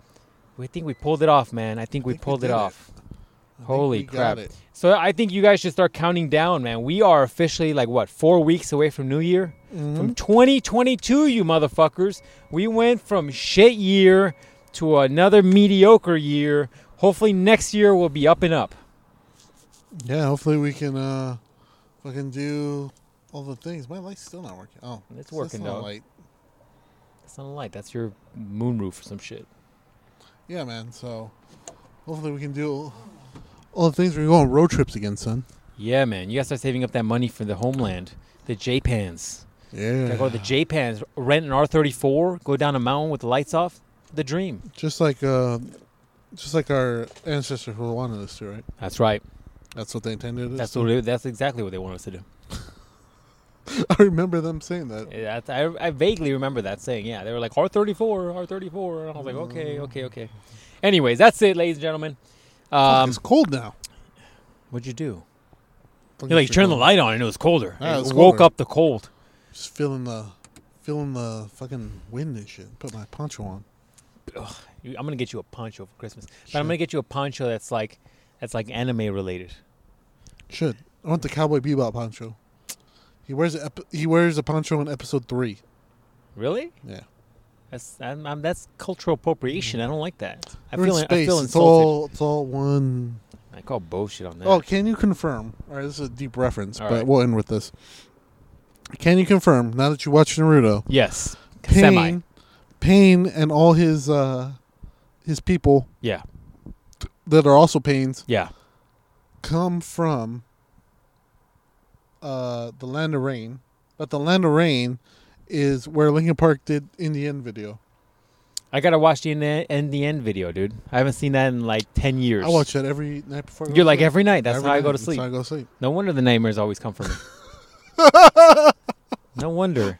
we think we pulled it off, man. Mm-hmm. I think we
think we
pulled
did
it
it.
off.
Mm-hmm. I think
Holy
we got
crap!
it.
So I think you guys should start counting down, man. We are officially like what four weeks away from New Year,
Mm-hmm.
from 2022. You motherfuckers! We went from shit year to another mediocre year. Hopefully next year we'll be up and up.
Yeah, hopefully we can uh fucking do all the things. My light's still not working. Oh,
It's
that's
working,
not a
dog.
Light.
That's not a light. That's your moonroof or some shit.
Yeah, man. So hopefully we can do all the things. We're going road trips again, son.
Yeah, man. You gotta start saving up that money for the homeland, the Japans. Gotta
Yeah.
go to the Japans, rent an R34, go down a mountain with the lights off. The dream.
Just like uh Just like our ancestors who wanted us to, right?
That's right.
That's what they intended. us
That's
to.
what. It, that's exactly what they want us to do.
I remember them saying that.
Yeah, that's- I, I vaguely remember that saying. Yeah, they were like R thirty four, R thirty four, and I was like, okay, okay, okay. Anyways, that's it, ladies and gentlemen.
Fuck,
Um,
it's cold now.
what'd you do?
Fuck,
You like
it's
turned the
cold.
light on and it was colder.
Yeah,
it
it was
woke
colder.
up the cold.
Just feeling the, feeling the fucking wind and shit. Put my poncho on.
You- I'm gonna get you a poncho for Christmas, but
Shit.
I'm gonna get you a poncho that's like that's like anime related.
Should I want the Cowboy Bebop poncho? He wears a, ep- he wears a poncho in episode three.
Really?
Yeah,
That's I'm, I'm, that's cultural appropriation. I don't like that. I
Mm-hmm. We're
feel
in
I feel
It's
insulted.
all it's all one.
I call bullshit on that.
Oh, can you confirm? All right, this is a deep reference,
All
but
right.
we'll end with this. Can you confirm now that you watch Naruto?
Yes.
Pain,
Semi.
Pain, and all his uh, his people
Yeah.
that are also pains
Yeah.
come from uh, the land of rain, but the land of rain is where Linkin Park did in the end video.
I gotta watch the E in the, in the end video, dude. I haven't seen that in like ten years.
I watch that every night before. I go
You're
to
like
sleep.
every night. That's
Every
how I
night,
go to
that's
sleep.
how I go to sleep.
No wonder the nightmares always come from me. no wonder.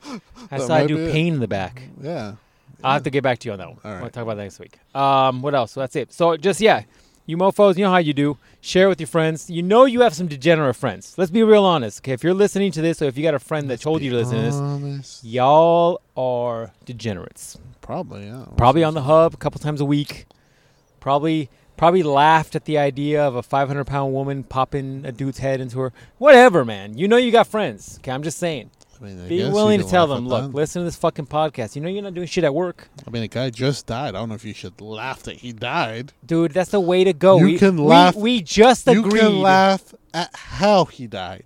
That's
That
how I
might
do
be it.
pain in the back.
Yeah.
I'll have to get back to you on that one.
All
We'll
right.
talk about that next week. Um, what else? So that's it. So just yeah, you mofos, you know how you do. Share with your friends. You know you have some degenerate friends. Let's be real honest. Okay, if you're listening to this, or if you got a friend that told you to listen to this,
Honest.
y'all are degenerates.
Probably, yeah.
Probably on the hub a couple times a week. Probably probably laughed at the idea of a 500 pound woman popping a dude's head into her. Whatever, man. You know you got friends. Okay, I'm just saying.
I mean, I
Be
guess you
willing to
can
tell
laugh
them,
at
look,
that.
listen to this fucking podcast. You know you're not doing shit at work.
I mean, a guy just died. I don't know if you should laugh that he died.
Dude, that's the way to go.
You
we,
can
we-
laugh-
We, just
You
agreed.
can laugh at how he died.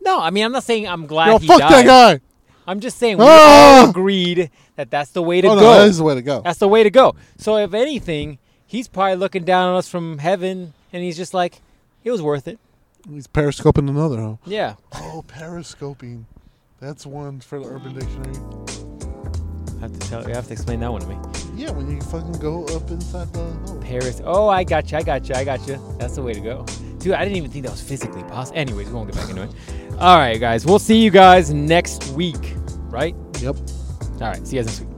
No, I mean I'm not saying I'm glad
Yo,
he
fuck
died.
that guy.
I'm just saying we all
Ah!
agreed that that's the way to
oh,
go.
no, that is the way to go.
That's the way to go. So if anything, he's probably looking down on us from heaven, and he's just like, it was worth it.
He's periscoping another home.
Yeah.
Oh, periscoping. That's one for the Urban Dictionary.
I have to tell. You have to explain that one to me.
Yeah, when you fucking go up inside the hole.
Paris. Oh, I got you. I got you. I got you. That's the way to go, dude. I didn't even think that was physically possible. Anyways, we won't get back into it. All right, guys. We'll see you guys next week. Right.
Yep.
All right. See you guys next week.